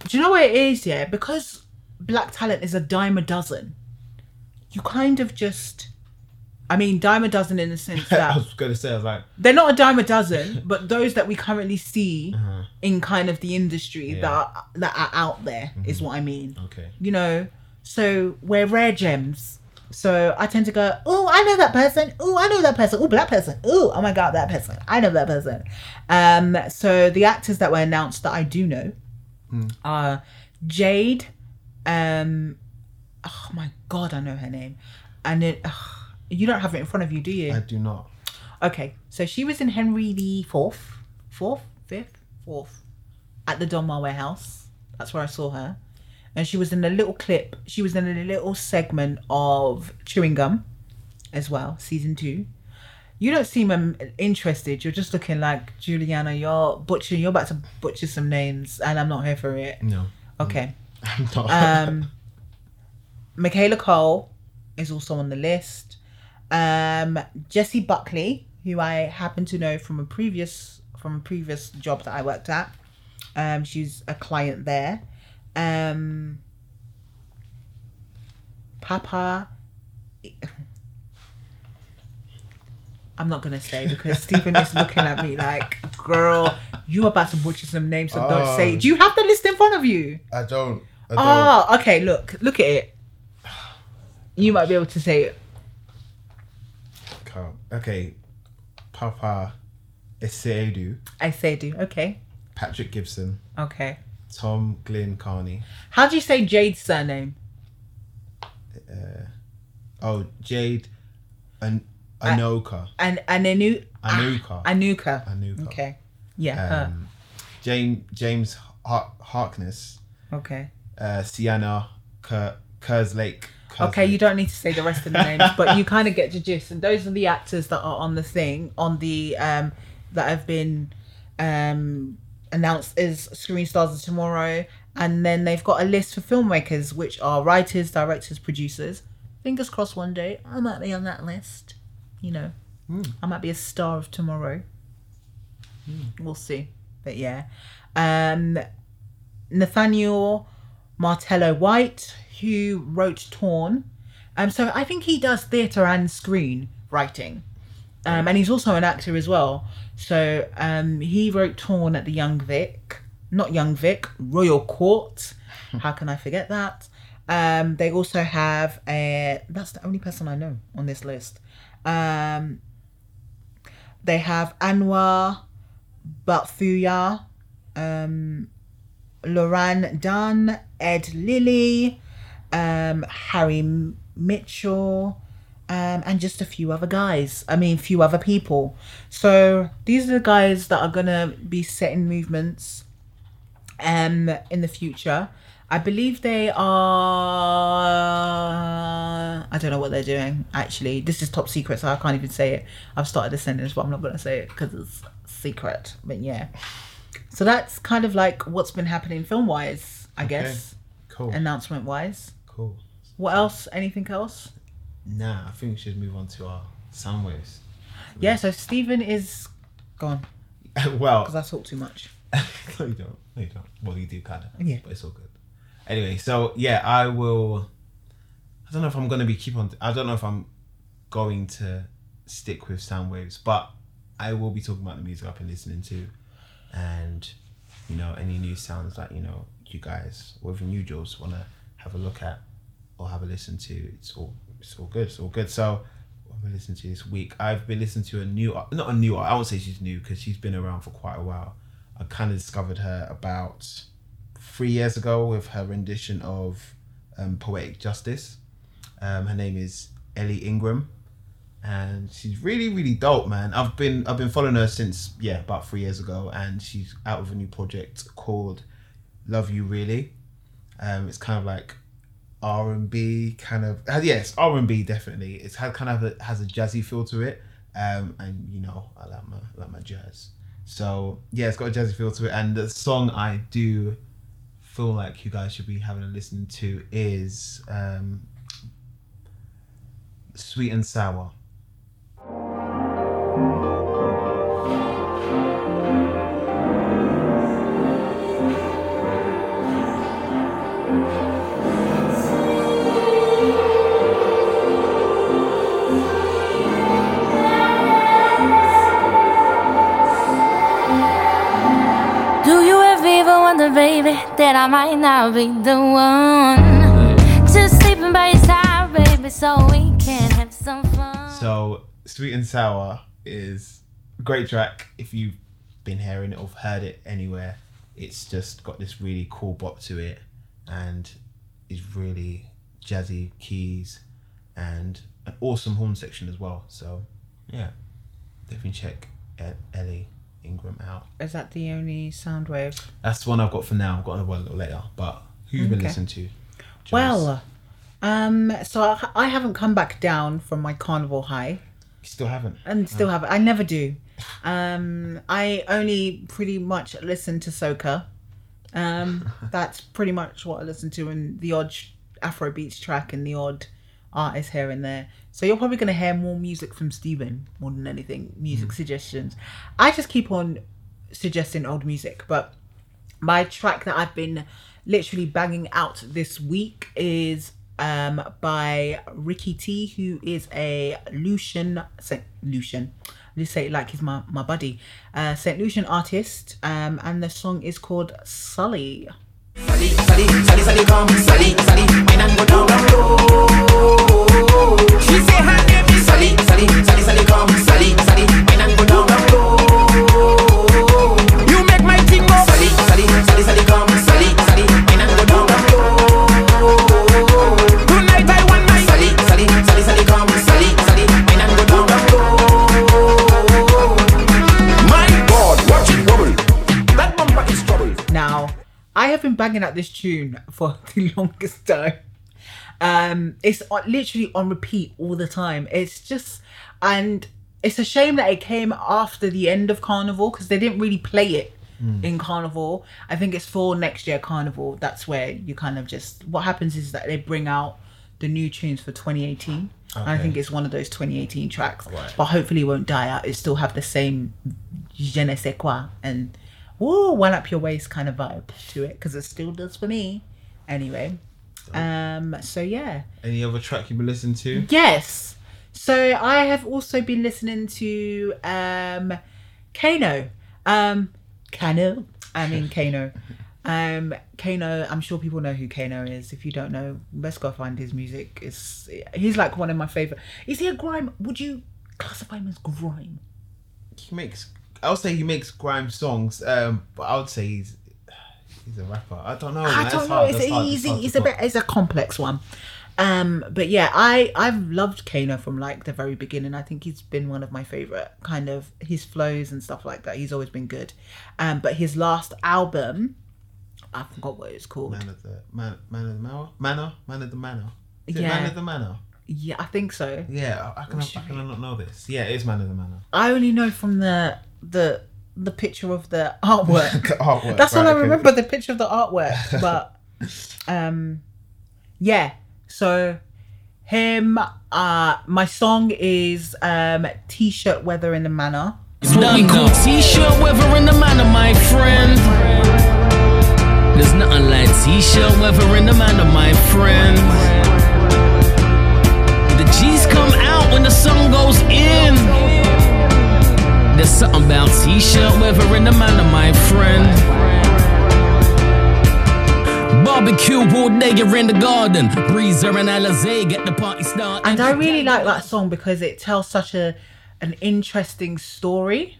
Do you know what it is? Yeah, because black talent is a dime a dozen. You kind of just, I mean, dime a dozen in the sense I that was gonna say I was like they're not a dime a dozen, but those that we currently see in kind of the industry that are, that are out there is what I mean. okay. You know, so we're rare gems. So I tend to go, oh, I know that person. Oh, I know that person. Oh, black person. Oh, oh my god, that person. I know that person. Um, so the actors that were announced that I do know are Jade. Um, oh my god, I know her name. And it, ugh, you don't have it in front of you, do you? I do not. Okay, so she was in Henry the Fourth, fourth, fifth, fourth, at the Donmar Warehouse. That's where I saw her, and she was in a little clip. She was in a little segment of Chewing Gum, as well, season two. You don't seem um, interested. You're just looking like Juliana. You're butchering. You're about to butcher some names, and I'm not here for it. No. Okay. I'm not. Um, Michaela Cole is also on the list. Um, Jesse Buckley, who I happen to know from a previous from a previous job that I worked at. Um, she's a client there. Um, Papa. I'm not gonna say because Stephen is looking at me like, "Girl, you about to butcher some names, so don't say." Oh. Do you have the list in front of you? I don't. I Oh, okay. Look, look at it. You might be able to say it. don't. Can't. Okay. Papa Esedu, I say do. Okay. Patrick Gibson, Okay. Tom Glyn Carney. How do you say Jade's surname? Uh, oh, Jade and Anoka. And Anenu. Anuka. Anuka. Anuka. Ah, Okay. Yeah. her. Um, James James Har- Harkness, Okay. uh, Sienna Ker- Kerslake. Kerslake. Okay. You don't need to say the rest of the names, but you kind of get the gist. And those are the actors that are on the thing on the um that have been um announced as Screen Stars of Tomorrow, and then they've got a list for filmmakers, which are writers, directors, producers. Fingers crossed, one day I might be on that list. You know, I might be a star of tomorrow. We'll see, but yeah, um, Nathaniel Martello White, who wrote Torn, um, so I think he does theatre and screen writing um, and he's also an actor as well. So um, he wrote Torn at the Young Vic, not Young Vic, Royal Court. How can I forget that? Um, they also have a. That's the only person I know on this list. Um, they have Anwar Batfuya, um, Loran Dunn, Ed Lilly, um, Harry M- Mitchell, um, and just a few other guys. I mean, few other people. So these are the guys that are gonna be setting movements um in the future. I believe they are. I don't know what they're doing. Actually, this is top secret, so I can't even say it. I've started the sentence, but I'm not gonna say it because it's secret. But yeah, so that's kind of like what's been happening film wise, I guess, Cool. announcement wise. cool. What else? Anything else? Nah, I think we should move on to our soundwaves. Yeah. So Stephen is gone well, because I talk too much. no, you don't. No, you don't. Well, you do kind of. Yeah. But it's all good. Anyway, so yeah, I will. I don't know if I'm gonna be keep on. I don't know if I'm going to stick with sound waves, but I will be talking about the music I've been listening to, and you know any new sounds that you know you guys or even you Jules wanna have a look at or have a listen to. It's all it's all good. It's all good. So. What have I listened to this week? I've been listening to a new, ar- not a new. ar- I won't say she's new because she's been around for quite a while. I kind of discovered her about three years ago with her rendition of um, Poetic Justice. Um, her name is Ellie Ingram, and she's really, really dope, man. I've been I've been following her since yeah about three years ago, and she's out with a new project called Love You Really. Um, it's kind of like R and B, kind of uh, yes R and B definitely. It's had kind of a, has a jazzy feel to it, um, and you know I like my I like my jazz. So yeah, it's got a jazzy feel to it, and the song I do feel like you guys should be having a listen to is um, Sweet and Sour. wonder, baby, that I might not be the one. Just sleeping by your side, baby, so we can have some fun. So, Sweet and Sour is a great track. If you've been hearing it or heard it anywhere, it's just got this really cool bop to it and is really jazzy keys and an awesome horn section as well. So, yeah, definitely check E- Ellie Ingram out. Is that the only sound wave? That's the one I've got for now. I've got another one a little later. But who you been Okay. listening to? Joyce? Well, um, so I, I haven't come back down from my carnival high. you still haven't. and still have it. I never do. Um, I only pretty much listen to soca. Um, that's pretty much what I listen to, and the odd sh- Afro beats track and the odd artist here and there. So you're probably going to hear more music from Steven more than anything. Music suggestions. I just keep on suggesting old music, but my track that I've been literally banging out this week is um by Ricky T, who is a Lucian Saint Lucian. Let's say it like he's my my buddy, uh, Saint Lucian artist, um, and the song is called Sully. She say her name is Sally, Sally, Sally, Sally, come, Sally, Sally, wine and go down the road. You make my thing go, Sally, Sally, Sally, Sally, come, Sally, Sally, wine and go down the road. Tonight I want my Sally, Sally, Sally, Sally, come, Sally, Sally, wine and go down the road. My God, watch it double. That bumper is trouble. Now, I have been banging out this tune for the longest time. Um, it's on, literally on repeat all the time. It's just, and it's a shame that it came after the end of Carnival because they didn't really play it in Carnival. I think it's for next year Carnival. That's where you kind of just, what happens is that they bring out the new tunes for 2018. And I Okay. think it's one of those 2018 tracks, Right. but hopefully it won't die out. It still have the same je ne sais quoi and woo, one up your waist kind of vibe to it because it still does for me anyway um so yeah Any other track you've been listening to? yes so i have also been listening to um kano um kano i mean kano um kano i'm sure people know who kano is if you don't know let's go find his music it's he's like one of my favorite is he a grime would you classify him as grime He makes. I would say he makes grime songs, um, but I would say he's he's a rapper. I don't know. man. I don't It's know. hard, it's that's hard, that's easy. hard to It's a bit. put. It's a complex one. Um, but yeah, I I've loved Kano from like the very beginning. I think he's been one of my favorite kind of his flows and stuff like that. He's always been good. Um, but his last album, I forgot what it's called. Man of the man, man of the manor, manor, man of the manor. Is it Yeah. man of the manor. Yeah, I think so. Yeah, I, I can, I can not know this. Yeah, it is man of the manor. I only know from the the the picture of the artwork. The artwork, That's all right, I okay. remember, the picture of the artwork. But um yeah. So him uh my song is um T shirt weather in the manor. It's what we call T-shirt weather in the manor, my friend. There's nothing like T-shirt weather in the manor, my friend. The G's come out when the sun goes in. There's something about T-shirt weather in the manor, my friend. Barbecue all day, you're in the garden. Breezer and Alizé get the party started. And I really like that song because it tells such a an interesting story.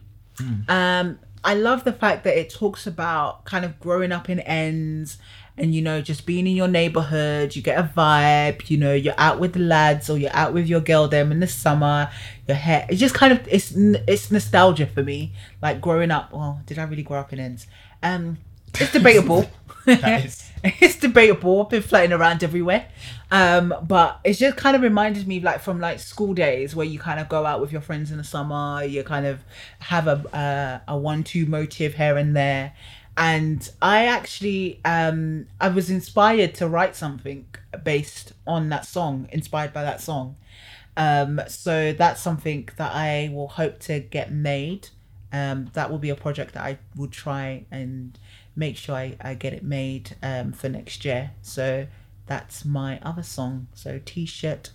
Um, I love the fact that it talks about kind of growing up in ends and you know just being in your neighborhood you get a vibe you know you're out with the lads or you're out with your girl them in the summer your hair it's just kind of it's n- it's nostalgia for me like growing up well did i really grow up in ends um it's debatable is- it's debatable. I've been floating around everywhere. Um, but it's just kind of reminded me like from like school days where you kind of go out with your friends in the summer, you kind of have a uh, a one two motive here and there. And I actually um I was inspired to write something based on that song, inspired by that song. Um, so that's something that I will hope to get made. Um, that will be a project that I will try and make sure I, I get it made um, for next year. So that's my other song. So t-shirt,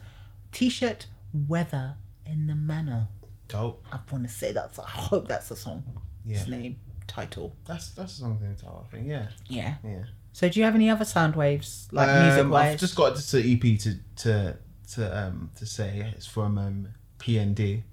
t-shirt weather in the manor. Dope. I want to say that's. I hope that's the song. Yeah. His name. title. That's that's something to I think. Yeah, Yeah. yeah. So do you have any other sound waves like Um, music I've wise? just got just an EP to to to um to say it's from um PND.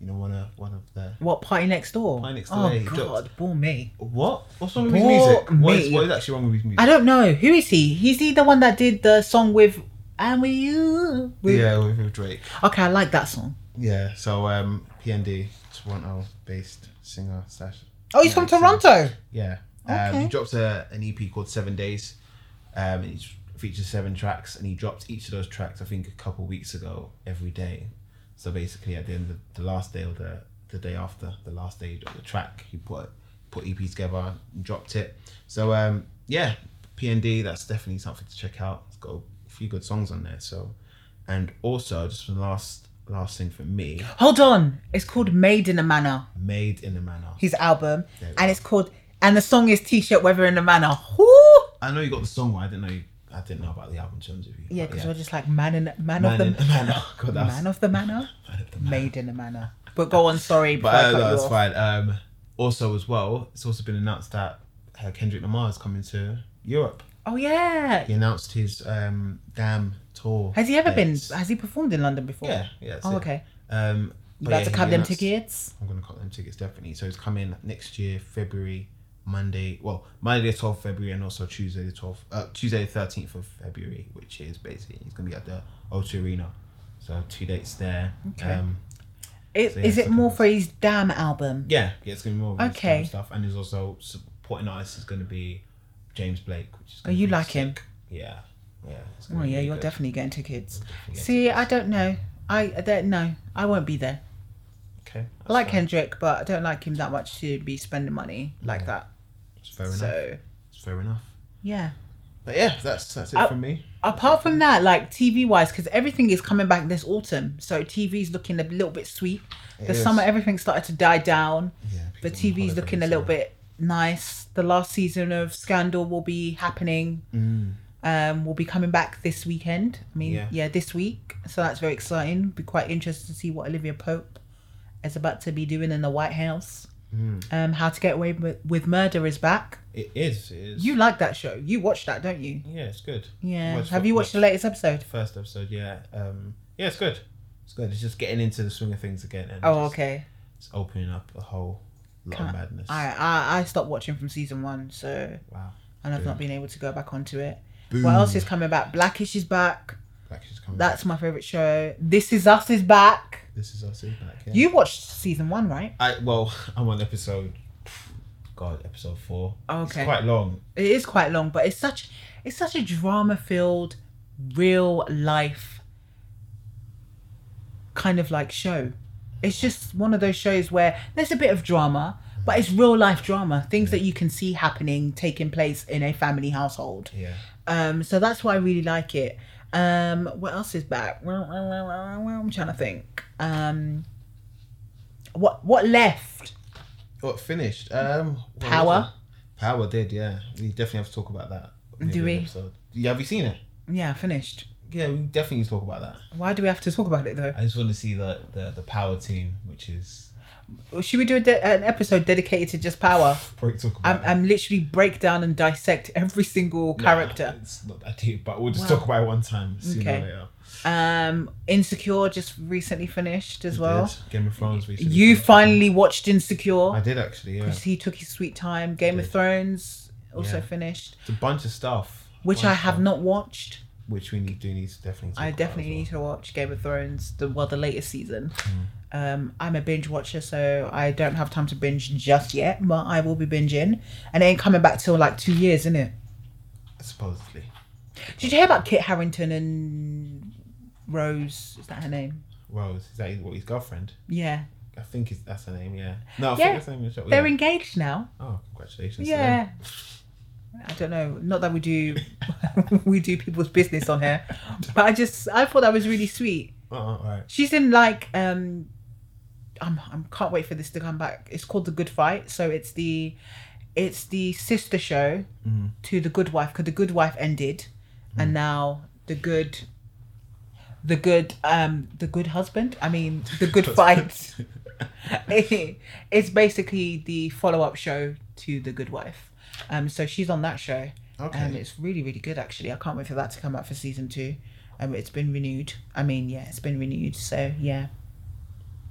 You know, one of one of the What party next door? Party Next oh Door, yeah, he God, bore me. what? What's wrong with his Bore music? What is, me. what is actually wrong with his music? I don't know who is he. Is he the one that did the song with "And with You"? With- yeah, with, with Drake. Okay, I like that song. Yeah, so um PND, Toronto based singer slash Oh, he's from Yeah, uh, so- Toronto. Yeah. Um, Okay. he dropped a, an EP called Seven Days. Um, and it features seven tracks, and he dropped each of those tracks, I think, a couple weeks ago, every day. So basically, at the end of the last day or the, the day after the last day of the track, he put put EP together and dropped it. So um, yeah, PND, that's definitely something to check out. It's got a few good songs on there. So, and also just the last last thing for me, Hold on, it's called "Made in a Manor." Made in a Manor. His album, There we and go. it's called and the song is "T-shirt Weather in a Manor." Woo! I know you got the song, but I didn't know you, I didn't know about the album terms of you. Yeah, because we're just like man in man, man, of in, the man, oh, God, that's, man of the manor, man of the man. made in a manor. But go on, sorry, but But uh, I cut no, you that's off. fine. Um, also, as well, it's also been announced that uh, Kendrick Lamar is coming to Europe. Oh yeah. He announced his um, damn tour. Has he ever dates. been? Has he performed in London before? Yeah, yeah. that's Oh, it. okay. Um, You but got yeah, to he cut them announced- tickets. I'm gonna cut them tickets definitely. So it's coming next year, February, Monday. Well, Monday the 12th February, and also Tuesday the 12th, uh, Tuesday the 13th of February, which is basically he's gonna be at the O2 Arena. So two dates there. Okay. Um, It, So, yeah, is it second more one. for his damn album? yeah, yeah, it's gonna be more of this Okay. type of stuff, and there's also supporting artist is gonna be James Blake, which is. Oh, gonna you be like sick. him? Yeah, yeah. it's gonna Oh be yeah, really you're good. definitely getting tickets. getting See, I don't know. I that, no, I won't be there. Okay. I that's like fine. Kendrick, but I don't like him that much to be spending money like Yeah, that. It's fair enough. So It's fair enough. yeah. But yeah, that's that's it I- from me. Apart from that, like TV wise, because everything is coming back this autumn, so TV's looking a little bit sweet. It the is. summer, everything started to die down. Yeah, The people on TV's holiday, looking a little so- bit nice. The last season of Scandal will be happening. Um, will be coming back this weekend. I mean, Mm. Yeah. yeah. this week. So that's very exciting. Be quite interested to see what Olivia Pope is about to be doing in the White House. Mm. Um, How to Get Away with, with Murder is back. It is. It is. You like that show? You watch that, don't you? Yeah, it's good. Yeah. Watch- Have you watched the latest episode? first episode? Yeah. Um, yeah, it's good. It's good. It's just getting into the swing of things again. And Oh, just- okay. It's opening up a whole lot of madness. I, I I stopped watching from season one, so Wow. and I've not Boom. been able to go back onto it. Boom. What else is coming back? Blackish is back. Like she's coming. That's my favorite show. This is Us is back. back. this is us. isn't it? Like, yeah. You watched season one, right? I well, I'm on episode. God, episode four. Okay. It's quite long. It is quite long, but it's such it's such a drama filled, real life kind of like show. It's just one of those shows where there's a bit of drama, but it's real life drama, things that you can see happening, taking place in a family household. Yeah. Um, so that's why I really like it. Um, what else is back? I'm trying to think. Um, what what left? Oh, it finished. Um. what was Power. it? Power did. Yeah. We definitely have to talk about that. Maybe Do an we? Episode. Yeah. Have you seen it? Yeah, finished. Yeah, we definitely need to talk about that. Why do we have to talk about it though? I just want to see the the, the power team, which is Well, Should we do a de- an episode dedicated to just power? probably talk about. I'm, that. I'm literally break down and dissect every single character. It's not that deep, but we'll just Wow. talk about it one time sooner Okay. or later. Um, Insecure just recently finished as well. Did Game of Thrones recently. You finished. finally watched Insecure. I did actually, yeah. because he took his sweet time. Game of did. Thrones also Yeah. finished, It's a bunch of stuff. which Bunch I of have stuff, not watched. Which we need, do need to definitely talk I about definitely need as to watch Game of Thrones, the well, the latest season. Um, I'm a binge watcher, so I don't have time to binge just yet, but I will be binging, and it ain't coming back till like two years, isn't it? well. Supposedly. Did you hear about Kit Harrington and Rose? Is that her name? Rose, is that what his girlfriend? Yeah, I think it's, that's her name, yeah. No, Yeah, I think that's her name. is- yeah. they're engaged now. Oh, congratulations. to Yeah. them. I don't know. Not that we do, we do people's business on here, but I just I thought that was really sweet. Oh, all right. She's in like um I'm I'm can't wait for this to come back. It's called The Good Fight. So it's the it's the sister show to The Good Wife cuz The Good Wife ended and now The Good the good um the good husband. I mean The Good Fight. it's basically the follow-up show to The Good Wife. Um, so she's on that show. Okay. And it's really, really good actually. I can't wait for that to come out for season two. Um, it's been renewed. I mean, yeah, it's been renewed. So yeah.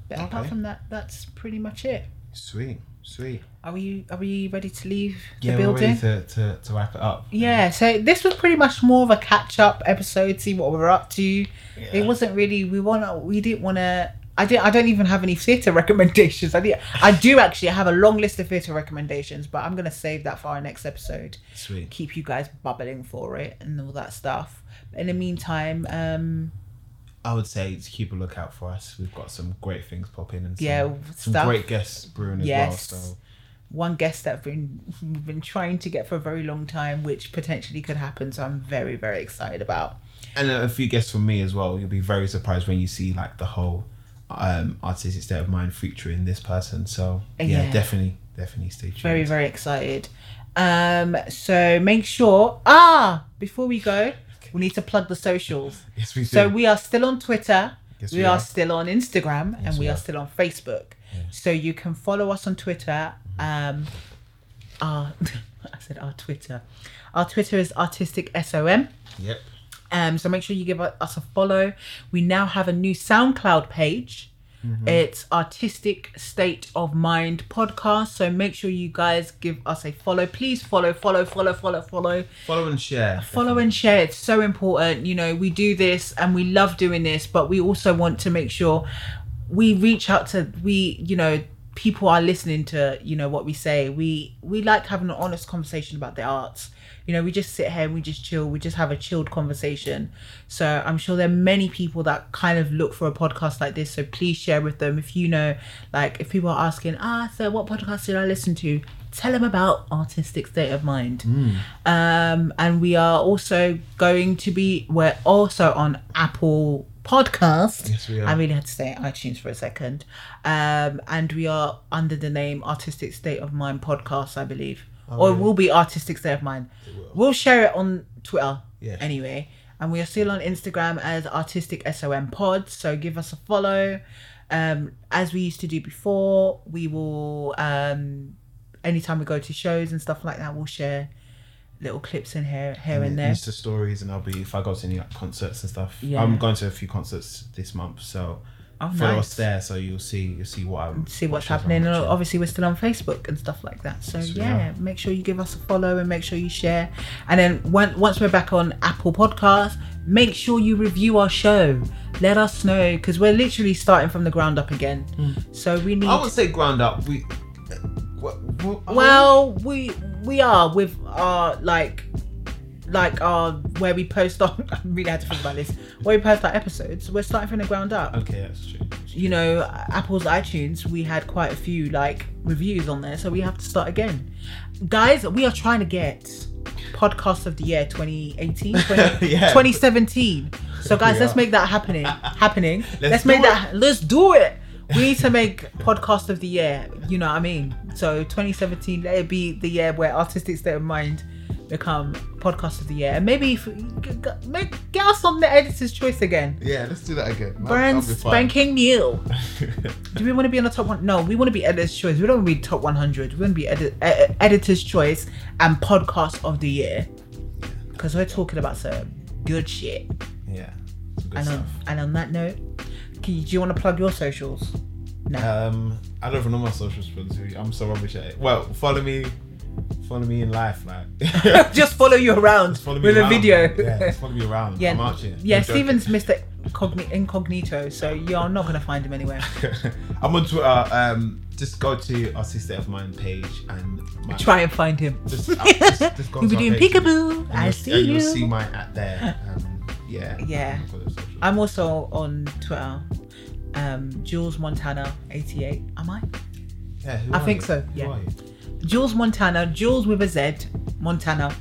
But apart Okay. from that, that's pretty much it. Sweet, sweet. Are we are we ready to leave Yeah, the we're building? ready to, to, to wrap it up. Yeah, so this was pretty much more of a catch up episode, see what we're up to. It wasn't really we wanna we didn't wanna I didn't I don't even have any theatre recommendations. I did I do actually I have a long list of theatre recommendations, but I'm gonna save that for our next episode. Sweet. Keep you guys bubbling for it and all that stuff. But in the meantime, um I would say to keep a lookout for us. We've got some great things popping and some, Yeah, some stuff. great guests brewing as Yes. well. So one guest that I've been we've been trying to get for a very long time, which potentially could happen, so I'm very, very excited about. and a few guests from me as well. You'll be very surprised when you see like the whole um, artistic state of mind featuring this person. So yeah, Uh, Yeah. definitely, definitely stay tuned. very very excited um so make sure ah before we go we need to plug the socials Yes, we do. so we are still on twitter Yes, we, we are, are. still on instagram and we we are are. still on facebook so you can follow us on twitter um our i said our twitter our twitter is artistic som yep. um, so make sure you give u- us a follow. We now have a new SoundCloud page. It's Artistic State of Mind Podcast. So make sure you guys give us a follow. Please follow, follow, follow, follow, follow Follow and share. follow and share it's so important you know we do this and we love doing this but we also want to make sure we reach out to we you know people are listening to you know what we say we we like having an honest conversation about the arts you know we just sit here and we just chill we just have a chilled conversation so i'm sure there are many people that kind of look for a podcast like this so please share with them if you know like if people are asking ah so what podcast did i listen to tell them about artistic state of mind Hmm. um, and we are also going to be we're also on apple podcast Yes, we are. i really had to say itunes for a second um, and we are under the name artistic state of mind podcast i believe or it will be artistic state of mind we'll share it on twitter Yeah. anyway and we are still on instagram as artistic som pod so give us a follow um, as we used to do before we will um, anytime we go to shows and stuff like that we'll share little clips in here here and there Insta stories, and I'll be if I go to any like, concerts and stuff. Yeah. I'm going to a few concerts this month, so Oh, follow nice. us there. So you'll see, you'll see what I'm see what's what shows I'm happening. And watching. obviously, we're still on Facebook and stuff like that. So we yeah, make sure you give us a follow and make sure you share. And then once once we're back on Apple Podcasts, make sure you review our show. Let us know because we're literally starting from the ground up again. So we need. I would say ground up. We what, what, oh. well, we we are with our like like our where we post our. I really had to think about this. Where we post our episodes, we're starting from the ground up. okay, that's true. you know apple's itunes we had quite a few like reviews on there so we have to start again guys we are trying to get podcast of the year 2018 20 Yeah. 2017 so guys We let's are. make that happening happening let's, Let's make do that let's do it we need to make podcast of the year you know what i mean so 2017 let it be the year where artistic state of mind become podcast of the year and maybe if, make, get us on the editor's choice again Yeah, let's do that again. That'll- brand that'll be fun. spanking new do we want to be on the top one? No, we want to be editor's choice. We don't want to be top 100. We want to be edit- e- editor's choice and podcast of the year because we're talking about some good shit. yeah, some And good on, stuff. and on that note, can you, do you want to plug your socials? No. Um, I don't even know my social responsibility. I'm so rubbish at it. Well, follow me, follow me in life, like just follow you around follow me with a around. video. Yeah, just follow me around. Yeah, I'm marching. yeah, I'm joking. Steven's Mr. Cogni- incognito, so you're not gonna find him anywhere. I'm on Twitter. Um, just go to our Sister of Mine page and my, Try and find him. Just, uh, just, just go You'll be to our doing page and- peekaboo. and I you'll- see and you. You'll see my at there. Um, yeah. Yeah. Um, Follow the social. I'm also on Twitter, um, Jules Montana 88. Am I? yeah, who I are think you? so, Who yeah. are you? Jules Montana, Jules with a Z, Montana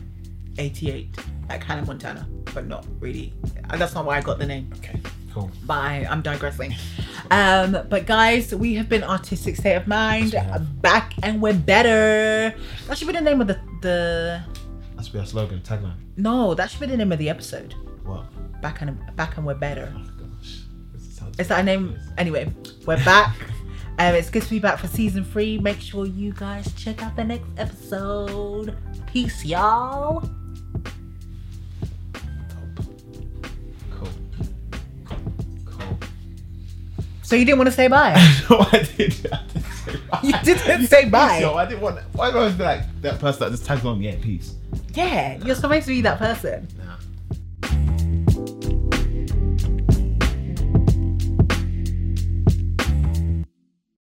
88. Like Hannah Montana, but not really. Uh, That's not why I got the name. Okay. Cool. But I, I'm digressing. Um, but guys, we have been Artistic State of Mind, Yes, we have. back and we're better. That should be the name of the, the That's be our slogan tagline. no, that should be the name of the episode. What? Back and back and we're better. Oh my gosh. This sounds- Is that a name? Anyway, we're back Um, it's good feedback for season three. Make sure you guys check out the next episode. Peace, y'all. Cool. Cool. So you didn't want to say bye. no, I didn't. I didn't say bye. You didn't say bye. Yo, I didn't want. Why do I always be like that person that just tags along? Yeah, peace. yeah, you're supposed to be that person. No,